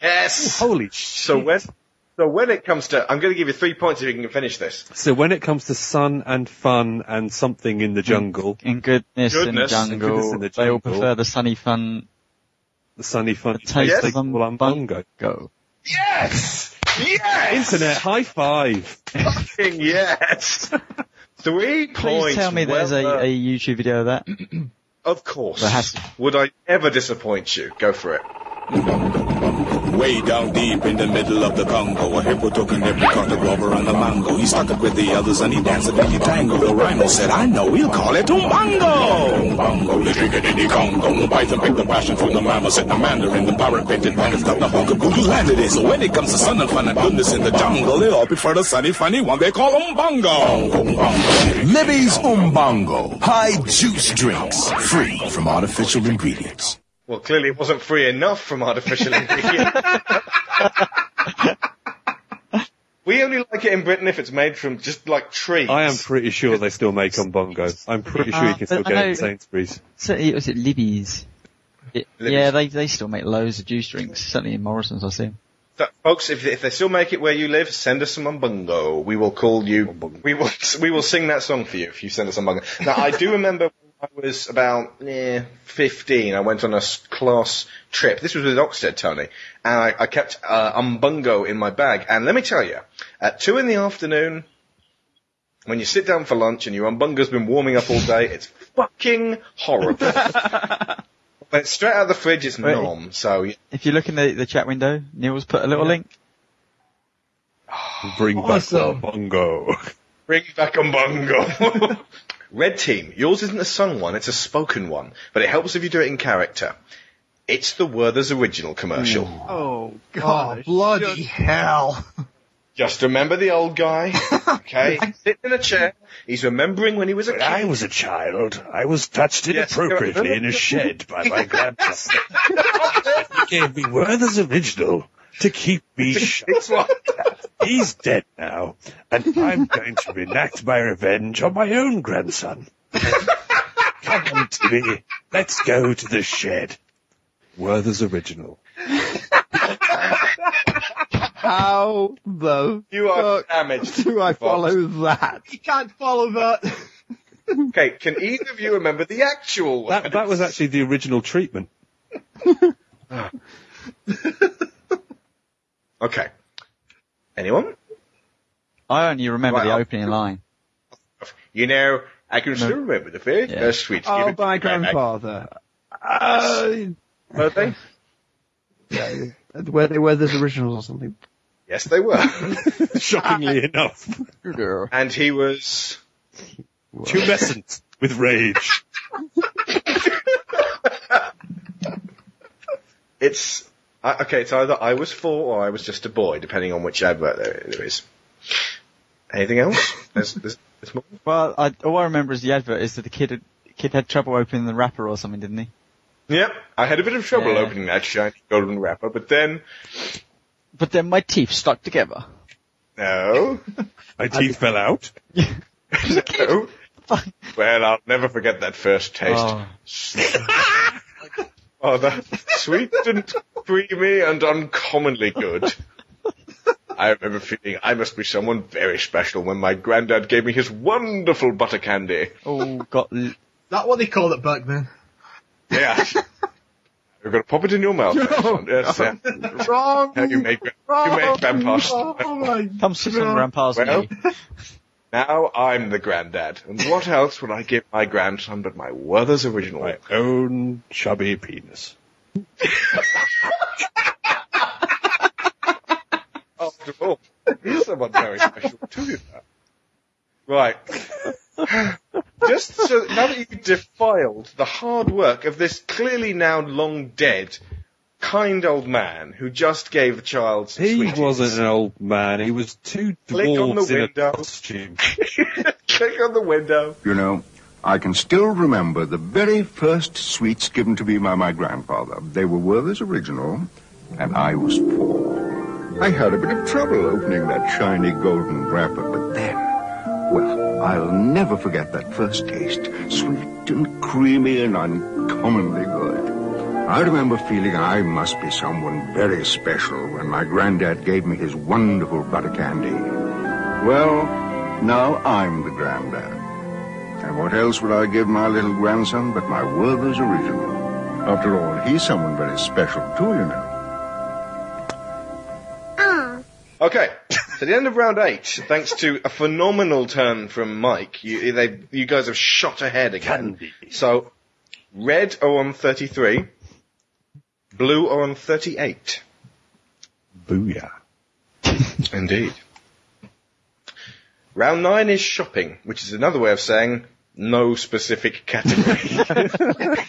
yes.
oh, Holy
So
shit.
when so when it comes to, I'm going to give you three points if you can finish this.
So when it comes to sun and fun and something in the jungle,
In goodness, in the
Goodness.
jungle,
In goodness in the
they all
jungle.
prefer the sunny fun
the sunny fun
taste
Yes.
of
well,
um,
umbongo.
bongo.
Yes. Yes.
Internet high five.
Fucking yes. Three
Please
points.
tell me
well
there's a,
earned.
a YouTube video of that.
Of course.
There has
Would I ever disappoint you? Go for it.
Way down deep in the middle of the Congo, a hippo took an apricot, a guava, and a mango. He stuck it with the others and he danced a dinky tango. The rhino said, I know, we'll call it Umbango. Umbango, the diggity Congo. The python picked the passion from the mammoth, and the mandarin, the parrot painted pandas, the honka you landed it. So when it comes to sun and fun and goodness in the jungle, they all prefer the sunny, funny one they call Umbango. Umbango. Libby's Umbango. High juice drinks, free from artificial ingredients.
Well, clearly it wasn't free enough from artificial ingredients. we only like it in Britain if it's made from just like trees.
I am pretty sure they still make Umbongo. I'm pretty sure you can still
Uh,
get it
I know-
in Sainsbury's.
So, it- was it Libby's? It- yeah, they they still make loads of juice drinks. Certainly in Morrison's, I see 'em.
So, folks, if, if they still make it where you live, send us some umbungo. We will call you. We will we will sing that song for you if you send us umbungo. Now, I do remember when I was about eh, fifteen. I went on a s- class trip. This was with Oxford, Tony, and I, I kept uh, umbungo in my bag. And let me tell you, at two in the afternoon, when you sit down for lunch and your umbungo's been warming up all day, it's fucking horrible. but straight out of the fridge, it's
Right.
norm. So. yeah.
If you look in the, the chat window, Neil's put a little link.
Bring
Awesome.
back Umbongo.
Bring back a bongo. Red team, yours isn't a sung one, it's a spoken one, but it helps if you do it in character. It's the Werther's original commercial.
Oh god! bloody hell!
Just remember the old guy, okay? He's sitting in a chair, he's remembering when he was a kid. I
was a child, I was touched
Yes.
inappropriately in a shed by my grandfather. he gave me Werther's original to keep me shut. He's dead now, and I'm going to enact my revenge on my own grandson. Come on, Timmy, let's go to the shed.
Werther's original.
How the
you
are
damaged.
Do I follow that?
You can't follow that.
Okay, can either of you remember the actual one?
That, that was actually the original treatment.
Okay. Anyone?
I only remember
Right,
the
I'll-
opening line.
You know, I can still remember the very
Yeah.
first sweet.
Oh,
given to
my
back.
grandfather. Uh,
Were they?
where they were there's originals or something.
Yes, they were.
Shockingly enough.
And he was
Tumescent with rage.
It's I, okay. It's either I was four or I was just a boy, depending on which advert there, there is. Anything else? There's- there's- there's more?
Well, I, all I remember is the advert is that the kid had, kid had trouble opening the wrapper or something, didn't he?
Yep, I had a bit of trouble
Yeah.
opening that shiny golden wrapper, but then
But then my teeth stuck together.
no,
my teeth fell out.
no. Well, I'll never forget that first taste.
Oh.
Oh, that sweet and creamy and uncommonly good. I remember feeling I must be someone very special when my granddad gave me his wonderful butter candy.
Oh, got l-
that what they called it back then.
Yeah. You're gonna pop it in your mouth.
No.
yes, yeah.
Wrong.
Now you make you
Oh,
make grandpa's.
Oh
Come sit on grandpa's
Well,
knee.
now I'm the granddad, and what else would I give my grandson but my Werther's original?
My own chubby penis.
After all, he's Oh, someone very special to you. Right. Just so now that you've defiled the hard work of this clearly now long dead kind old man who just gave the child some
He
sweeties.
wasn't an old man. He was two
Click on the
dwarves in a
window.
costume.
Click on the window.
You know, I can still remember the very first sweets given to me by my grandfather. They were Werther's original, and I was poor. I had a bit of trouble opening that shiny golden wrapper, but then, well, I'll never forget that first taste. Sweet and creamy and uncommonly good. I remember feeling I must be someone very special when my granddad gave me his wonderful butter candy. Well, now I'm the granddad. And what else would I give my little grandson but my Werther's original? After all, he's someone very special too, you know.
Okay, so the end of round eight, thanks to a phenomenal turn from Mike, you, they, you guys have shot ahead again. So, red are on 33, blue are on 38.
Booyah.
Indeed. Round nine is shopping, which is another way of saying no specific category.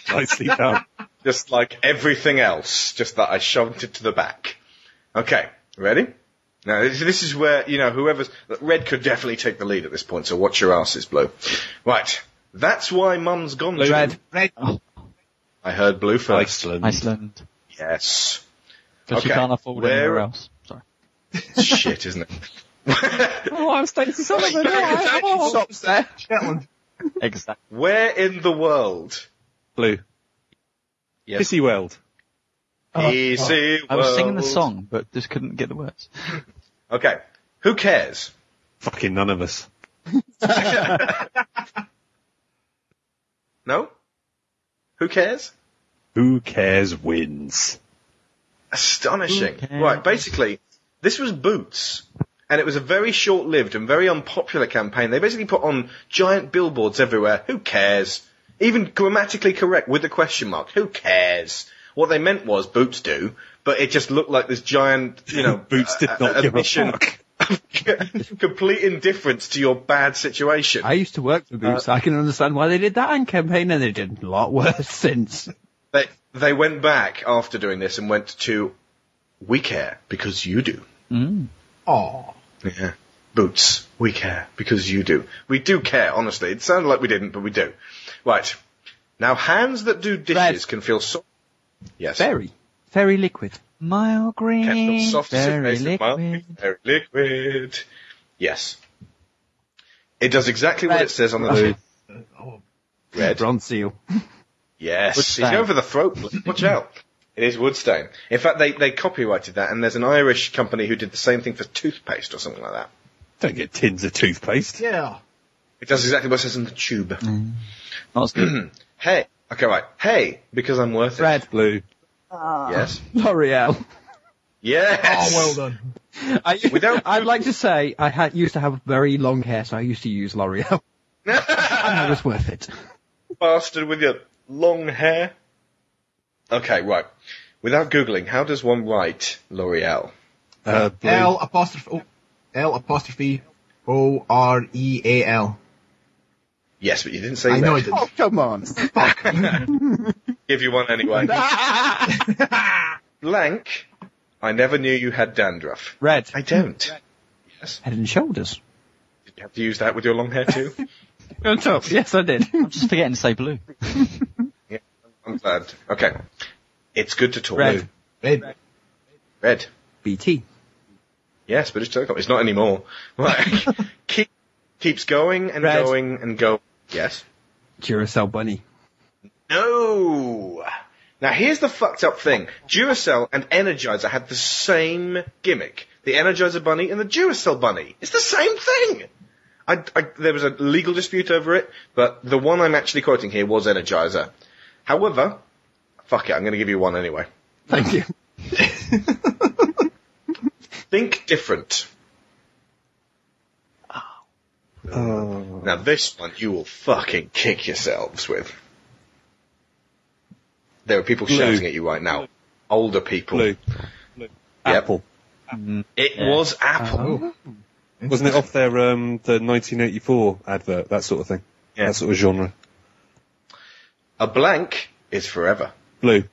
Nicely done.
Just like everything else, just that I shoved it to the back. Okay, ready? Now this, this is where you know whoever's look, red could definitely take the lead at this point. So watch your asses, blue. Right, that's why Mum's gone. to-
Red.
Red.
I heard blue first.
Iceland.
Iceland.
Yes.
Because you
Okay,
can't afford
where-
anywhere else. Sorry.
Shit, isn't it?
Oh, I'm Stacey Sullivan. Stops there.
Shetland.
Exactly.
Where in the world?
Blue.
Yes.
Pissy Weld.
Easy
Oh, I was singing the
world.
song, but just couldn't get the words.
Okay. Who cares?
Fucking none of us.
No? Who cares?
Who cares wins.
Astonishing.
Who cares?
Right, basically, this was Boots. And it was a very short-lived and very unpopular campaign. They basically put on giant billboards everywhere. Who cares? Even grammatically correct with the question mark. Who cares? What they meant was boots do, but it just looked like this giant, you know,
Boots did
a-
not
a-
give a
admission
fuck.
of complete indifference to your bad situation.
I used to work for Boots. I can understand why they did that in campaign, and they did a lot worse since.
They they went back after doing this and went to we care because you do.
Mm.
Aw.
Yeah. Boots, we care because you do. We do care, honestly. It sounded like we didn't, but we do. Right. Now hands that do dishes
Red.
can feel so Yes.
Very, very liquid.
Mild
Can feel
green,
soft,
very
sophisticated, mild,
liquid.
very liquid. Yes. It does exactly what
Red.
it says on the tin.
Oh,
Red.
Bronze seal.
Yes,
Wood
he's
stain.
going for the throat. Blake. Watch out. It is wood stain. In fact, they, they copyrighted that, and there's an Irish company who did the same thing for toothpaste or something like that.
Don't get tins of toothpaste.
yeah.
It does exactly what it says on the tube.
Not as good.
Hey. Okay, right. Hey, because I'm worth it.
Red. Uh-huh.
Blue.
Yes.
L'Oreal.
Oh,
Yes.
well done.
I,
We don't-
I'd like to say I had, used to have very long hair, so I used to use L'Oreal. and that was worth it.
Bastard with your long hair. Okay, right. Without Googling, how does one write L'Oreal?
Uh, blue.
L apostrophe oh, L apostrophe O R E A L.
Yes, but you didn't say
I
red.
know I didn't.
Oh, come on.
Give you one anyway. Blank. I never knew you had dandruff.
Red.
I don't.
Head and shoulders.
Did you have to use that with your long hair too?
On top. Yes, I did.
I'm just forgetting to say blue.
I'm glad. Okay. It's good to talk.
Red.
Red.
Red.
BT.
Yes, but it's telecom. It's not anymore. Right. Keep, keeps going and
Red.
going and go. Yes.
Duracell bunny.
No. Now here's the fucked up thing. Duracell and Energizer had the same gimmick. The Energizer bunny and the Duracell bunny. It's the same thing. I, I, there was a legal dispute over it, but the one I'm actually quoting here was Energizer. However, fuck it, I'm going to give you one anyway.
Thank you.
Think different.
Oh.
Now this one you will fucking kick yourselves with. There are people
Blue.
shouting at you right now. Older people.
Blue. Apple.
It was Apple.
Oh. Wasn't it off their um, the 1984 advert, that sort of thing?
Yeah.
That sort of genre.
A blank is forever.
Blue.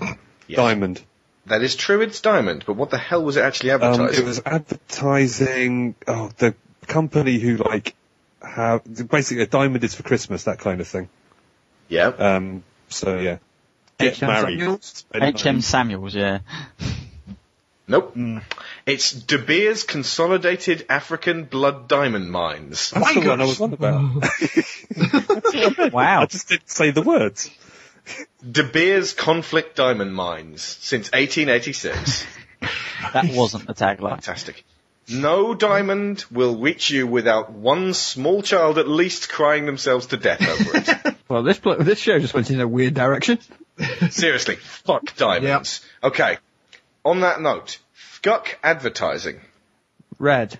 Yes.
Diamond.
That is true, it's diamond, but what the hell was it actually
Um,
advertising?
it was advertising. Oh, the company who like have basically a diamond is for Christmas, that kind of thing.
yeah.
Um, so yeah, get
H.M.
married.
Samuels?
Spend
H.M.
money.
Samuels, yeah.
nope.
mm.
It's De Beers Consolidated African Blood Diamond Mines.
That's the one I was on about. I
Wow.
just didn't say the words.
De Beers Conflict Diamond Mines since 1886.
That wasn't the tagline.
Fantastic. No diamond will reach you without one small child at least crying themselves to death over it.
Well, this pl- this show just went in a weird direction.
Seriously, fuck diamonds. Okay. On that note, fuck advertising.
Red.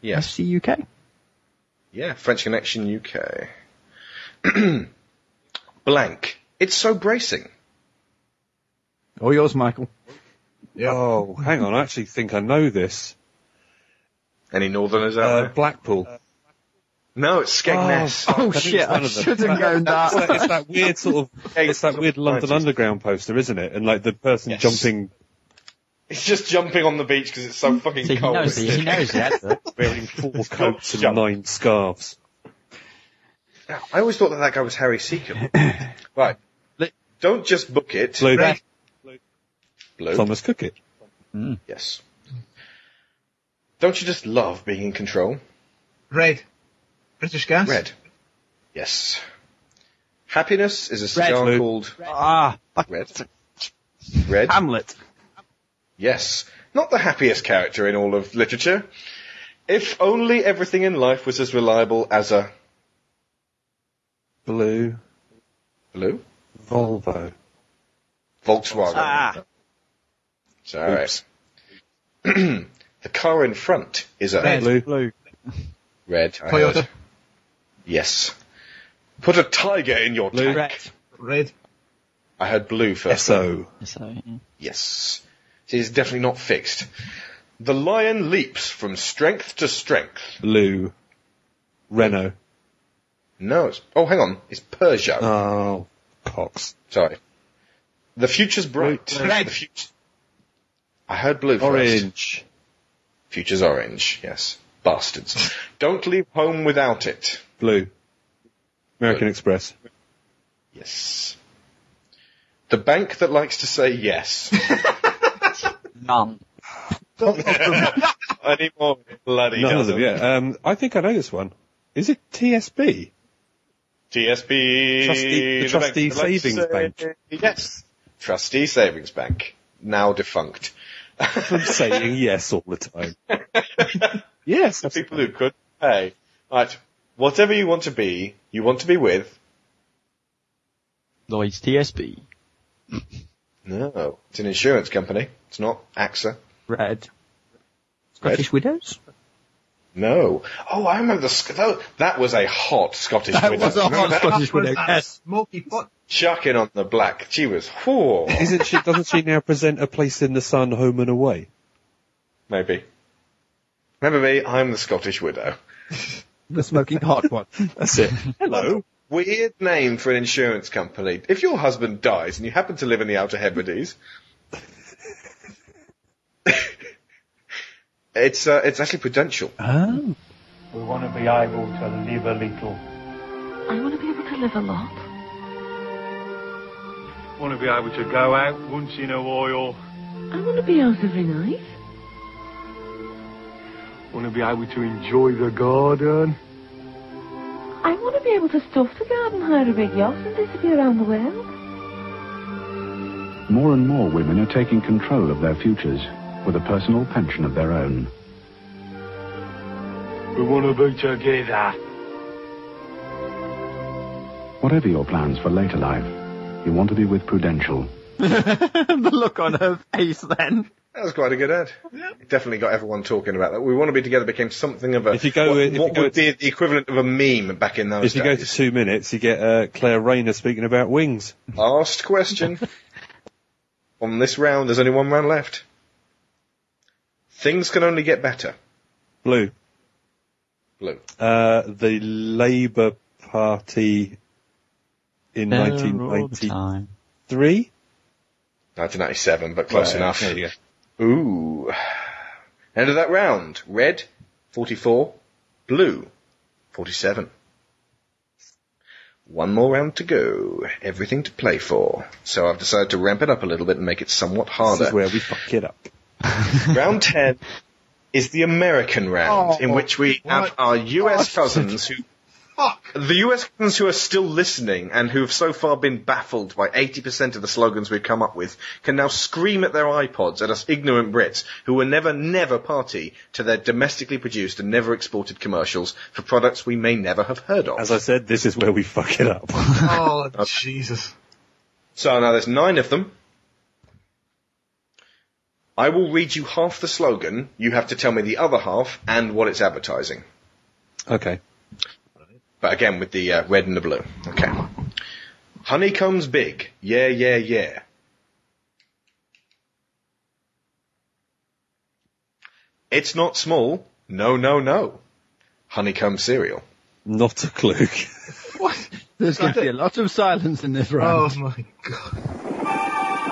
Yes.
FC UK.
Yeah, French Connection UK. Blank. It's so bracing.
All yours, Michael.
Oh, hang on. I actually think I know this.
Any Northerners out
Uh,
there?
Blackpool.
No, it's Skegness.
Oh, I think it's one of them. It's that- It's that weird sort of, it's that weird London Underground poster, isn't it? And like the person jumping.
It's just jumping on the beach because it's so fucking
See, he
cold.
knows the- he knows the advert. Wearing four coats and nine scarves.
I always thought that that guy was Harry Seacombe. right. Let- Don't just book it.
Blue.
Right. Blue.
Thomas Cookit.
Yes. Don't you just love being in control?
Red. British Gas.
Red. Yes. Happiness is a
Red.
cigar
Blue.
called
Ah,
Red. Red.
Hamlet.
Yes. Not the happiest character in all of literature. If only everything in life was as reliable as a
Blue.
blue
Volvo.
Volkswagen.
Ah.
It's alright. the car in front is a
Red. Blue.
Red. I
Toyota.
heard. Yes. Put a tiger in your tank.
Red.
I heard blue first.
So.
So,
Yes. See, it's definitely not fixed. The lion leaps from strength to strength.
Blue. Renault.
No, it's, oh, hang on. It's Peugeot.
Oh, Cox.
Sorry. The future's bright.
Red.
The fut- I heard blue first.
Orange.
Future's orange. Yes. Bastards. Don't leave home without it.
Blue. American Express.
Yes. The bank that likes to say yes.
none.
Anymore. Bloody
None of
doesn't.
them, yeah. Um, I think I know this one. Is it TSB?
TSB.
Trustee- Eh, the uh,
bank
Trustee
that likes to
Savings
say
Bank.
Yes. Trustee Savings Bank. Now defunct.
From saying yes all the time. yes.
The people who could pay. Right. Whatever you want to be, you want to be with.
Lloyd's TSB.
No. It's an insurance company. It's not AXA.
Red. Scottish Widows?
No. Oh, I remember the, Sc- tho- that was a hot Scottish
That
widow.
was a hot
Remember that?
Scottish
Was
Widow.
that
Yes.
Smoky fuck.
Chucking on the black. She was, whoa.
Isn't she, doesn't she now present a place in the sun, home and away?
Maybe. Remember me? I'm the Scottish widow.
The smoking hot one.
That's it.
Hello. Weird name for an insurance company. If your husband dies and you happen to live in the Outer Hebrides, it's uh, it's actually Prudential.
Oh.
We want to be able to live a little.
I want to be able to live a lot.
Want to be able to go out once in a while.
I want to be out every night.
Want to be able to enjoy the garden.
I want to be able to stuff the garden, hire a big yacht, and disappear around the world.
More and more women are taking control of their futures with a personal pension of their own.
We want to be together.
Whatever your plans for later life, you want to be with Prudential.
the look on her face then.
That was quite a good ad. It definitely got everyone talking about that. We want to be together became something of a.
If you go
what,
with- if you
what
go
would be the equivalent of a meme back in those
If you go to
days.
two minutes, you get uh, Claire Rayner speaking about wings.
Last question. On this round, there's only one round left. Things can only get better.
Blue.
Blue.
Uh, the Labour Party in
There all the
1993.
time.
1997, but close
Right,
enough.
there you go.
Ooh. End of that round. Red, 44. Blue, 47. One more round to go. Everything to play for. So I've decided to ramp it up a little bit and make it somewhat
This is
harder.
where we fuck it up.
round 10 is the American round, in which we have our US cousins who
Fuck.
the US citizens who are still listening and who have so far been baffled by 80% of the slogans we've come up with can now scream at their iPods at us ignorant Brits who were never, never party to their domestically produced and never exported commercials for products we may never have heard of.
As I said, this is where we fuck it up.
Oh, Jesus.
So now there's nine of them. I will read you half the slogan. You have to tell me the other half and what it's advertising.
okay.
But again, with the uh, red and the blue. Okay. Honeycombs big. Yeah, yeah, yeah. It's not small. No, no, no. Honeycomb cereal.
Not a clue.
There's going to be a lot of silence in this round.
Oh my
The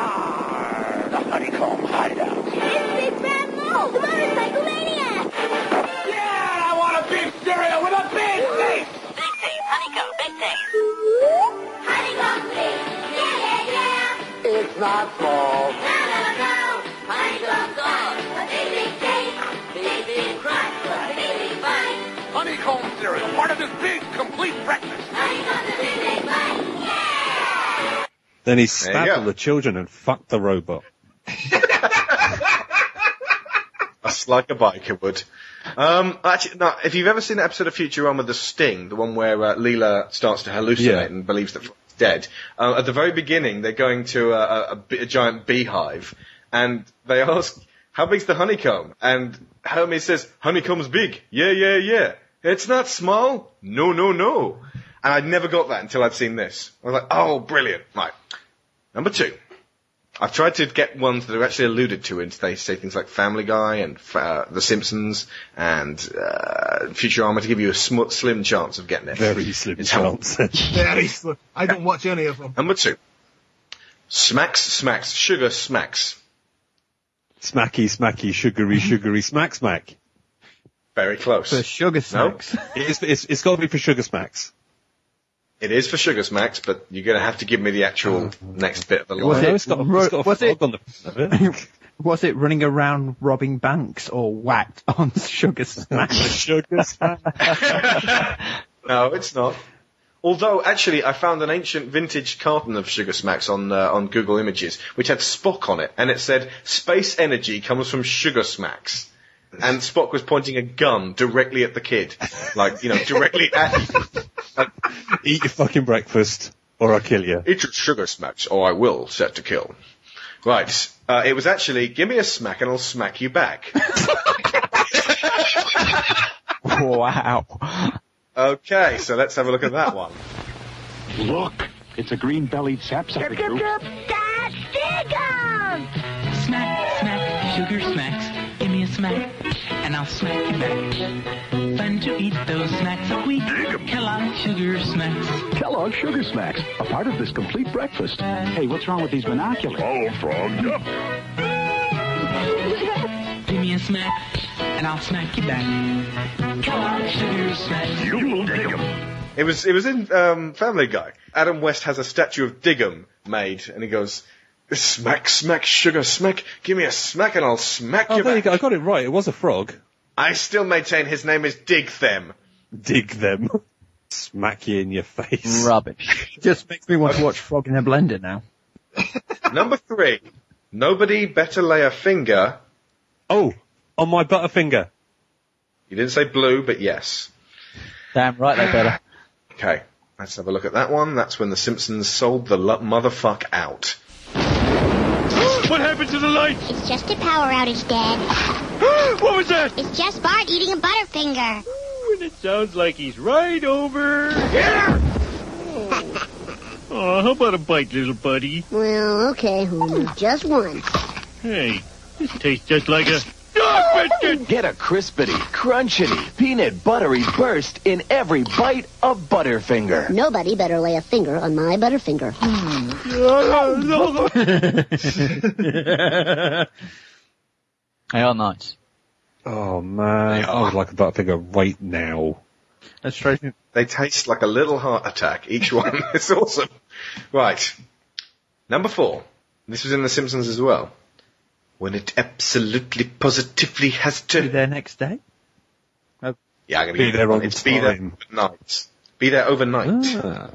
honeycomb hideout. It's Big Bad Mo, the motorcycle maniac. Yeah, I want a big cereal with a big face. Big face, honeycomb, big face. Honeycomb face. Yeah, yeah, yeah. It's not small. No, no, no. Honeycomb dog. A big, big cake. Big, big crunch. A big, big bite. Honeycomb cereal, part of this big, complete breakfast. Honeycomb, a big, big bite.
Then he stabbed all the children and fucked the robot.
That's like a biker would. Um, actually, no, if you've ever seen the episode of Futurama, The Sting, the one where uh, Leela starts to hallucinate
Yeah.
and believes that Fry's dead, uh, at the very beginning, they're going to a, a, a, bi- a giant beehive, and they ask, how big's the honeycomb? And Hermes says, honeycomb's big. Yeah, yeah, yeah. It's not small. No, no, no. And I never got that until I'd seen this. I was like, oh, brilliant. Right. Number two. I've tried to get ones that are actually alluded to, and they say things like Family Guy and uh, The Simpsons and uh, Futurama to give you a sm- slim chance of getting it.
Very slim chance.
Very slim. I don't watch any of them.
Number two, smacks, smacks, sugar smacks.
Smacky, smacky, sugary, sugary, smack, smack.
Very close.
For sugar smacks. it's it's, it's got to be for sugar smacks.
It is for sugar smacks, but you're going to have to give me the
Oh,
actual next bit of the line.
Was it, ru- was, it,
on the
was it running around robbing banks or whacked on Sugar Smash?
sugar Smash.
No, it's not. Although, actually, I found an ancient vintage carton of Sugar Smacks on uh, on Google Images, which had Spock on it, and it said "Space energy comes from Sugar Smacks," and Spock was pointing a gun directly at the kid, like you know, directly at.
Eat your fucking breakfast, or I'll kill you.
Eat your Sugar Smacks, or I will set to kill. Right. Uh, it was actually "Give me a smack, and I'll smack you back."
wow.
Okay, so let's have a look at that one.
Look, it's a green-bellied sapsucker group.
That's Digum! Smack, smack, sugar smacks. Give me a smack, and I'll smack you back. Fun to eat those snacks of wheat. Kellogg sugar smacks.
Kellogg Sugar Smacks, a part of this complete breakfast. Hey, what's wrong with these binoculars? All frogged up.
Give me a smack, and I'll smack you back. Kellogg sugar smacks. You'll dig 'em.
It was it was in um, Family Guy. Adam West has a statue of Diggum made, and he goes, "Smack, smack, sugar, smack. Give me a smack, and I'll smack
Oh,
you
there you
back."
go. I got it right. It was a frog.
I still maintain his name is Dig Them.
Dig them. Smack you in your face.
Rubbish.
Just makes me want to watch Frog in a Blender now.
Number three, nobody better lay a finger.
Oh, on my butterfinger.
You didn't say blue, but yes.
Damn right they better.
Okay, let's have a look at that one. That's when the Simpsons sold the lo- motherfuck out.
What happened to the lights?
It's just a power outage, Dad.
what was that?
It's just Bart eating a Butterfinger.
And it sounds like he's right over here.
Oh, how about a bite, little buddy?
Well, okay, Homer, just one.
Hey, this tastes just like a.
Get a crispity, crunchity, peanut buttery burst in every bite of Butterfinger.
Nobody better lay a finger on my Butterfinger.
They are nice.
Oh man, I would like a butterfinger right now.
That's straight. They taste like a little heart attack, each one. it's awesome. Right. Number four. This was in The Simpsons as well. When it absolutely positively has to be
there next day.
Yeah, I'm gonna
Be
give you
there
that one.
on
It's be there overnight. Be there overnight.
Ah.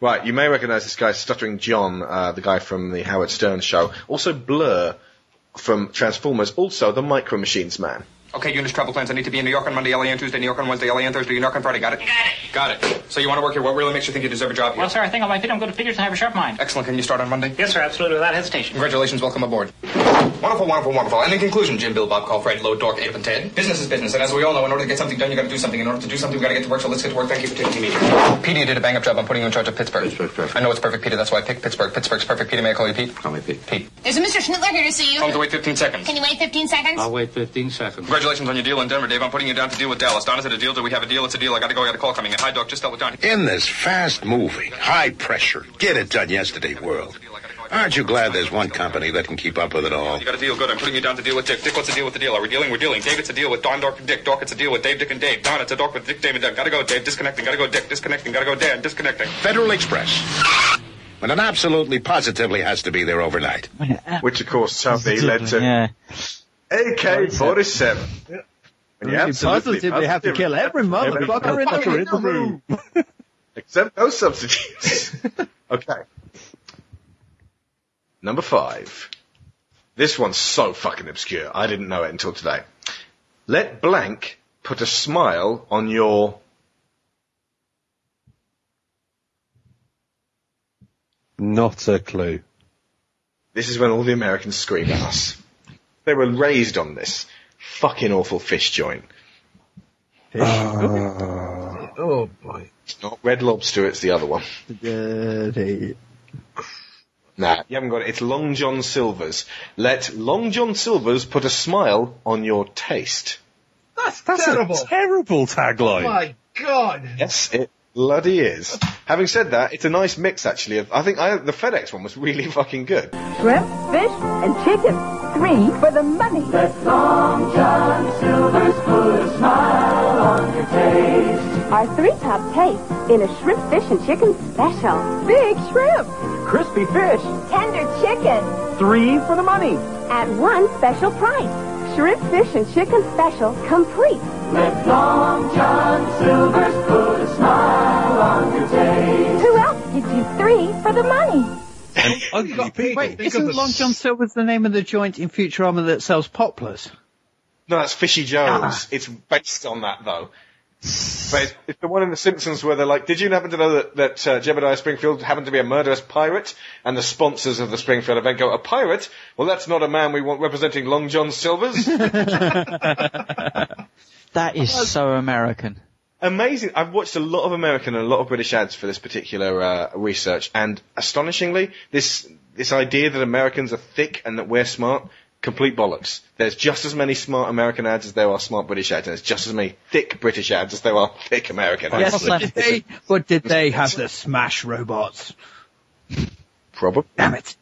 Right, you may recognise this guy, Stuttering John, uh, the guy from the Howard Stern show. Also Blur from Transformers. Also the Micro Machines man.
Okay, units, travel plans. I need to be in New York on Monday, LA on Tuesday, New York on Wednesday, LA on Thursday, New York on Friday. Got it? Got it. Got it. So you want to work here? What really makes you think you deserve a job here?
Well, sir, I think on my feet I'm good at figures and I have a sharp mind.
Excellent. Can you start on Monday?
Yes, sir, absolutely, without hesitation.
Congratulations. Welcome aboard. Wonderful, wonderful, wonderful. And in conclusion, Jim, Bill, Bob, call Fred, Low, Dork, Ape, and Ted. Business is business, and as we all know, in order to get something done, you gotta do something. In order to do something, we gotta get to work, so let's get to work. Thank you for taking me. Pete, you did a bang up job. I'm putting you in charge of Pittsburgh. Pittsburgh's perfect. I know it's perfect, Peter, that's why I picked Pittsburgh. Pittsburgh's perfect. Peter, may I call you Pete? Call me Pete. Pete.
There's a Mr. Schnittler here to see you.
Tell him to wait 15 seconds.
Can you wait 15 seconds?
wait 15 seconds. Congratulations on your deal in Denver, Dave. I'm putting you down to deal with Dallas. Don, is it a deal? Do we have a deal? It's a deal. I gotta go. I got a call coming in. Hi, Doc. Just dealt with Don.
In this fast moving, high pressure, get it done yesterday world, aren't you glad there's one company that can keep up with it all?
You got a deal, good. I'm putting you down to deal with Dick. Dick, what's the deal with the deal? Are we dealing? We're dealing. Dave, it's a deal with Don, Dork, and Dick. Dork, it's a deal with Dave, Dick, and Dave. Don, it's a Dork with Dick, Dave, and Dave. Gotta go, Dave. Disconnecting. Gotta go, Dick. Disconnecting. Gotta go, Dan. Disconnecting.
Federal Express. When it absolutely positively has to be there overnight.
Which, of course, Southie led to AK 47. When you
You
absolutely
positively have to kill every motherfucker in the room.
Except no substitutes. okay. Number five. This one's so fucking obscure. I didn't know it until today. Let blank put a smile on your
Not a clue.
This is when all the Americans scream at us. They were raised on this fucking awful fish joint.
Ah. Oh boy.
It's not Red Lobster, it's the other one. Nah, you haven't got it. It's Long John Silver's. Let Long John Silver's put a smile on your taste.
That's,
terrible.
terrible
Oh
tagline.
my god.
Yes, it bloody is. Having said that, it's a nice mix actually. Of, I think I, the FedEx one was really fucking good.
Shrimp, fish, and chicken. Three for the money. Let Long John Silver's put a smile on your taste. Our three-top taste in a shrimp, fish, and chicken special. Big shrimp. Crispy fish. Tender chicken. Three for the money. At one special price. Shrimp, fish, and chicken special complete. Let Long John Silver's put a smile on your taste. Who else gives you three for the money?
Wait, isn't Long John Silver's the name of the joint in Futurama that sells poplars?
No, that's Fishy Jones. It's based on that though. But it's, it's the one in The Simpsons where they're like, did you happen to know that, that uh, Jebediah Springfield happened to be a murderous pirate? And the sponsors of the Springfield event go, a pirate? Well, that's not a man we want representing Long John Silver's.
That is so American.
Amazing. I've watched a lot of American and a lot of British ads for this particular uh, research, and astonishingly, this this idea that Americans are thick and that we're smart, complete bollocks. There's just as many smart American ads as there are smart British ads, and there's just as many thick British ads as there are thick American ads.
Yes, did they, but did they have the smash robots?
Probably.
Damn it.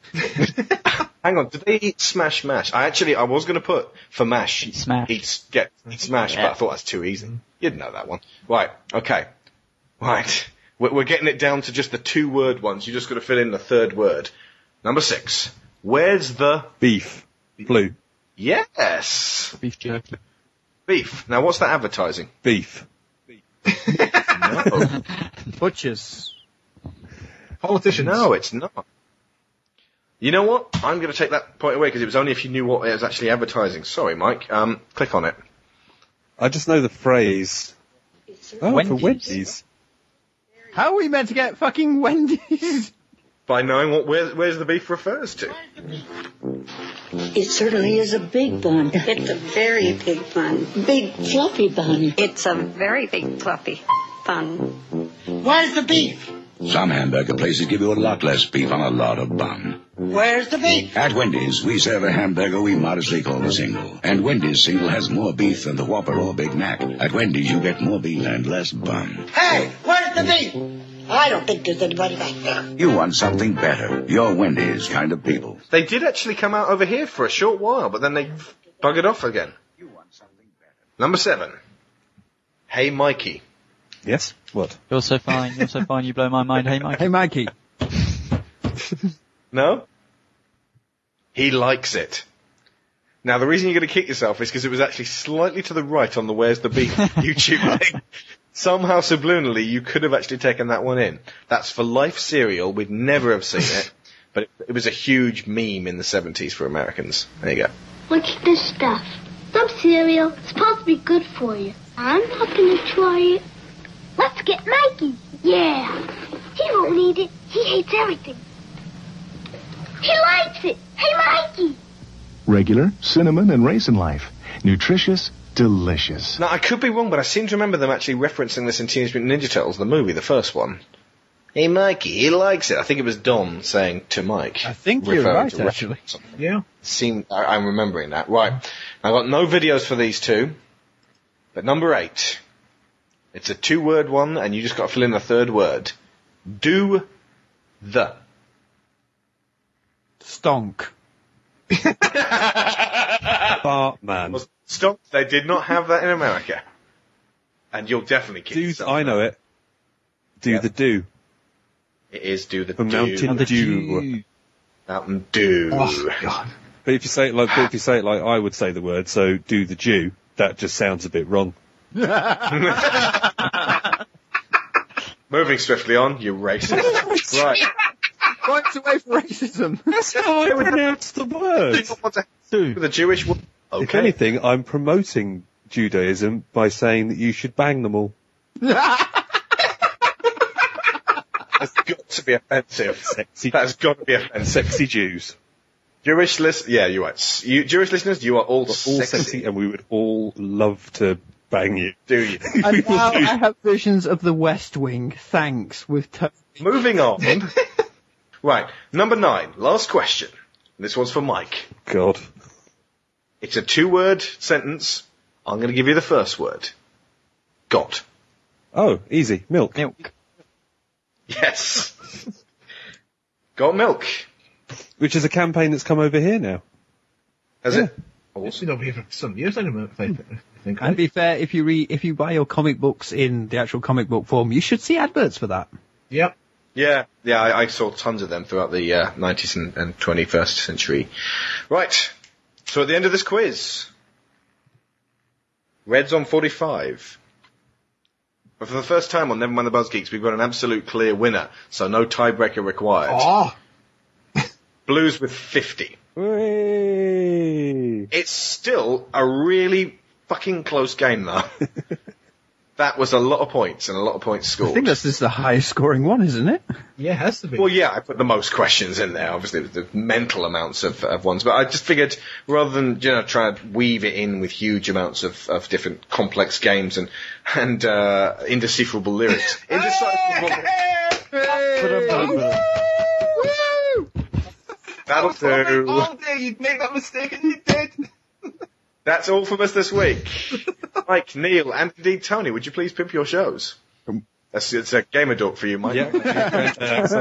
Hang on, did they eat Smash Mash? I actually, I was going to put for Mash. Eat Smash. Eat, get, eat Smash, but I thought that's too easy. You'd know that one. Right, okay. Right. We're, we're getting it down to just the two word ones. You just got to fill in the third word. Number six. Where's the
beef? Blue.
Yes.
Beef jerky.
Beef. Now, what's that advertising?
Beef.
no.
Butchers.
Politicians. No, it's not. You know what? I'm going to take that point away because it was only if you knew what it was actually advertising. Sorry, Mike. Um, click on it.
I just know the phrase. Oh, for Wendy's.
How are we meant to get fucking Wendy's?
By knowing what where, where's the beef refers to.
It certainly is a big bun. It's a very big bun. Big fluffy bun. It's a very big fluffy bun. Where's the beef?
Some hamburger places give you a lot less beef on a lot of bun.
Where's the beef?
At Wendy's, we serve a hamburger we modestly call a single. And Wendy's single has more beef than the Whopper or Big Mac. At Wendy's, you get more beef and less bun.
Hey, where's the beef? I don't think there's anybody back there.
You want something better. You're Wendy's kind of people.
They did actually come out over here for a short while, but then they buggered off again. Number seven. Hey Mikey.
Yes? What?
You're so fine, you're so fine, you blow my mind. Hey, Mike.
Hey, Mikey.
No? He likes it. Now the reason you're going to kick yourself is because it was actually slightly to the right on the Where's the Beef YouTube link. Somehow subliminally you could have actually taken that one in. That's for life cereal. We'd never have seen it, but it, it was a huge meme in the 70s for Americans. There you go.
What's this stuff? Some cereal. It's supposed to be good for you. I'm not gonna try it. Let's get Mikey. Yeah. He won't need it. He hates everything. He likes it. Hey, Mikey.
Regular, cinnamon, and raisin life. Nutritious, delicious.
Now, I could be wrong, but I seem to remember them actually referencing this in Teenage Mutant Ninja Turtles, the movie, the first one. Hey, Mikey, he likes it. I think it was Don saying to Mike. I
think you're right, actually.
Yeah. Seem, I, I'm remembering that. Right. I've got no videos for these two, but number eight. It's a two word one, and you just got to fill in the third word. Do the.
Stonk.
Bartman.
Stop. They did not have that in America. And you'll definitely keep
Do, I know it. Do the do.
It is do the
From
do.
Mountain Dew.
Mountain Dew.
But if you say it like, but if you say it like I would say the word, so do the Jew, that just sounds a bit wrong.
Moving swiftly on, you racist. right.
Points away for racism.
That's how I pronounce the word.
With a Jewish wo-
If
Okay.
anything, I'm promoting Judaism by saying that you should bang them all.
That's got to be offensive.
Sexy.
That's got to be offensive.
Sexy Jews.
Jewish list, yeah, you're right. S- You, Jewish listeners, you are
All
all,
sexy.
sexy.
and we would all love to bang you.
Do you?
And now I have visions of the West Wing. Thanks. With to-
Moving on. right, number nine. Last question. This one's for Mike.
God.
It's a two-word sentence. I'm going to give you the first word. God.
Oh, easy. Milk.
Milk.
Yes. Got milk.
Which is a campaign that's come over here now.
Has
Yeah.
it?
It's been over here for some years, I don't know if I I think.
and be fair, if you re- if you buy your comic books in the actual comic book form, you should see adverts for that.
Yep.
Yeah, yeah, I, I saw tons of them throughout the uh, 90s and, and 21st century. Right, so at the end of this quiz, Red's on 45. But for the first time on Nevermind the Buzz Geeks, we've got an absolute clear winner, so no tiebreaker required.
Oh,
Blues with 50.
Whee!
It's still a really fucking close game, though. that was a lot of points and a lot of points scored.
I think this is the highest scoring one, isn't it?
yeah, it has to be.
Well, yeah, I put the most questions in there, obviously, with the mental amounts of, of ones. But I just figured rather than, you know, try and weave it in with huge amounts of, of different complex games and, and, uh, indecipherable lyrics. indecipherable. That'll do.
All day you'd make that mistake and you did.
That's all from us this week. Mike, Neil, and indeed Tony, would you please pimp your shows? That's, it's a gamer dork for you, Mike.
Uh, so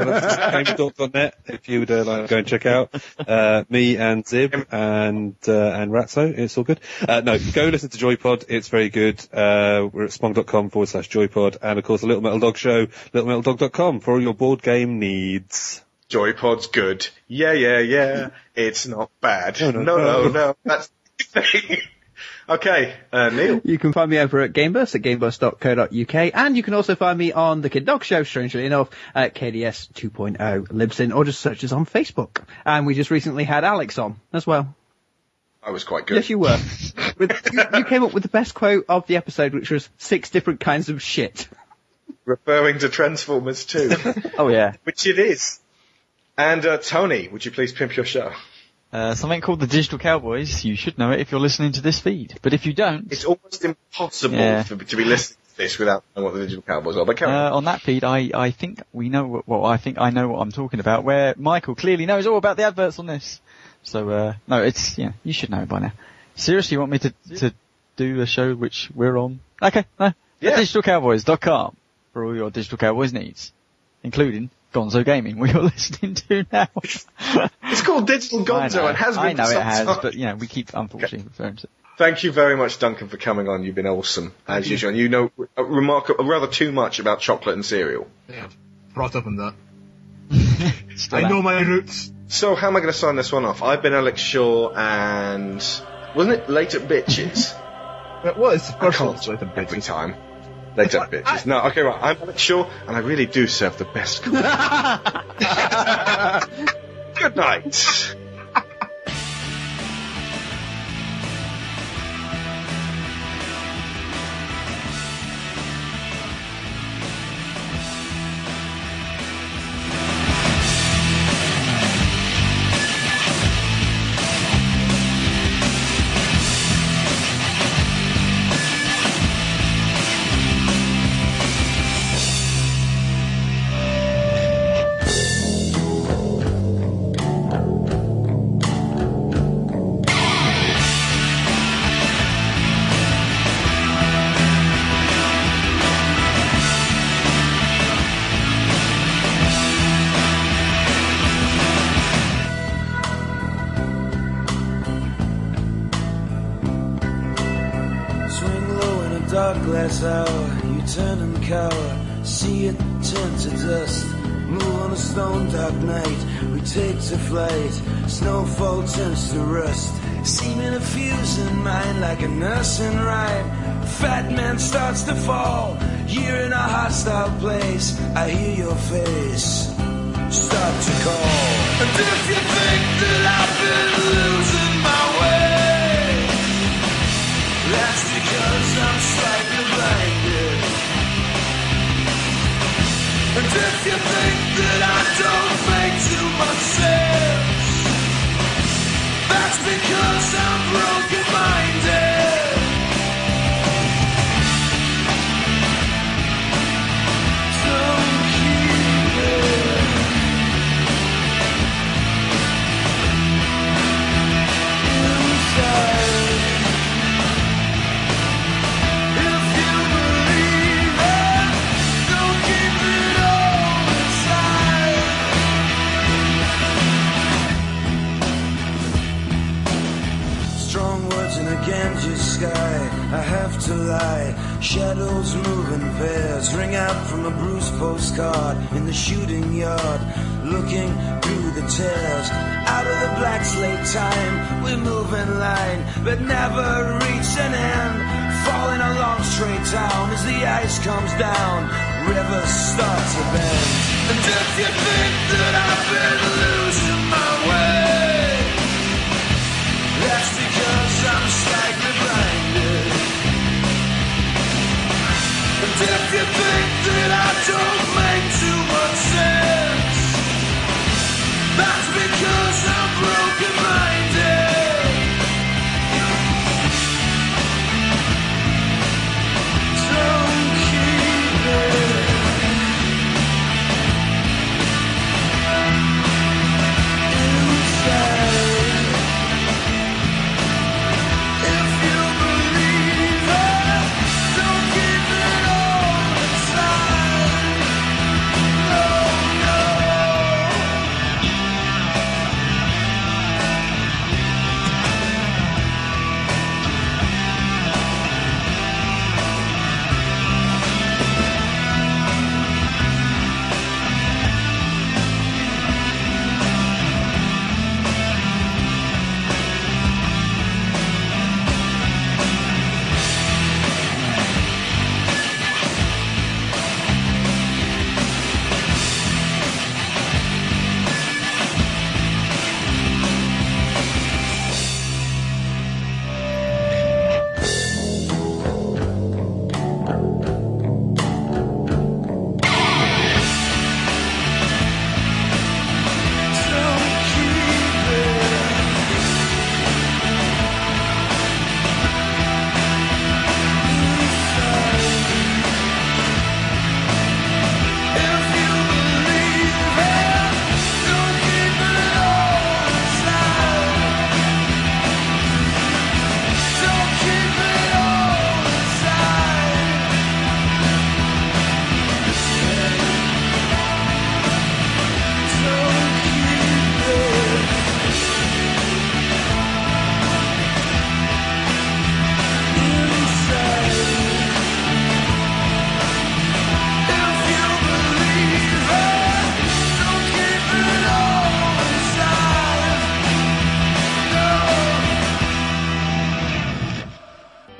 that's GameDog.net if you would uh, like to go and check out uh, me and Zib and uh, and Ratso. It's all good. Uh, no, go listen to Joypod. It's very good. Uh, we're at spong.com forward slash Joypod and of course the Little Metal Dog Show, littlemetaldog.com for all your board game needs.
Joypod's good. Yeah, yeah, yeah. It's not bad. No,
no,
no, no.
no.
That's the thing. okay, uh, Neil.
You can find me over at Gameburst at gameburst.co.uk, and you can also find me on the Kid Dog Show, strangely enough, at KDS 2.0 Libsyn, or just search us on Facebook. And we just recently had Alex on as well.
I was quite good.
Yes, you were. With, you, you came up with the best quote of the episode, which was six different kinds of shit.
referring to Transformers 2,
Oh yeah.
which it is. And uh, Tony, would you please pimp your show?
Uh, something called the Digital Cowboys. You should know it if you're listening to this feed. But if you don't,
It's almost impossible
Yeah.
for, to be listening to this without knowing what the Digital Cowboys are. But carry on.
uh, on that feed, I, I think we know what, well, I think I know what I'm talking about, where Michael clearly knows all about the adverts on this. So, uh, no, it's, yeah, you should know it by now. Seriously, you want me to, to do a show which we're on? Okay, no.
Yeah.
DigitalCowboys.com for all your Digital Cowboys needs, including Gonzo Gaming, where you're listening to now.
It's called Digital
I
Gonzo
know,
and has been
I know
for
it
some
has,
time.
but you know, we keep unfortunately referring to it.
Thank you very much, Duncan, for coming on. You've been awesome, as usual. And you know uh, remarkable, rather too much about chocolate and cereal.
Yeah, brought up on that.
Still
I
out.
know my roots.
So how am I going to sign this one off? I've been Alex Shaw and... Wasn't it Late at Bitches?
It was, of
I
course.
can't
it was.
every time. Late at Bitches. No, okay, right. I'm Alex Shaw, and I really do serve the best Good night.
hourglass hour, you turn and cower, see it turn to dust. Move on a stone dark night, we take to flight, snowfall turns to rust. Seeming a fusing mind like a nursing rhyme. Fat man starts to fall, you're in a hostile place, I hear your face start to call. And if you think that I've been losing my way, that's because I'm slightly blinded. And if you think that I don't make too much sense, that's because I'm broken minded. Don't keep it. Strong words in a Ganges sky. I have to lie. Shadows move in pairs. Ring out from a bruised postcard in the shooting yard. Looking through the tears. Out of the black slate time. We move in line, but never reach an end. Falling along straight down as the ice comes down. Rivers start to bend. And if you think that I've been losing my way. That's because I'm slightly blinded. And if you think that I don't make too much sense, that's because I'm broken minded. Don't keep it. Inside.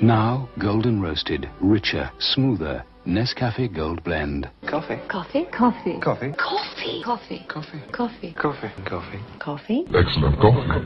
Now, golden roasted, richer, smoother Nescafe Gold Blend.
Coffee.
Coffee? Coffee.
Coffee.
Coffee. Coffee. Coffee. Coffee.
Coffee. Coffee.
Coffee.
Excellent coffee.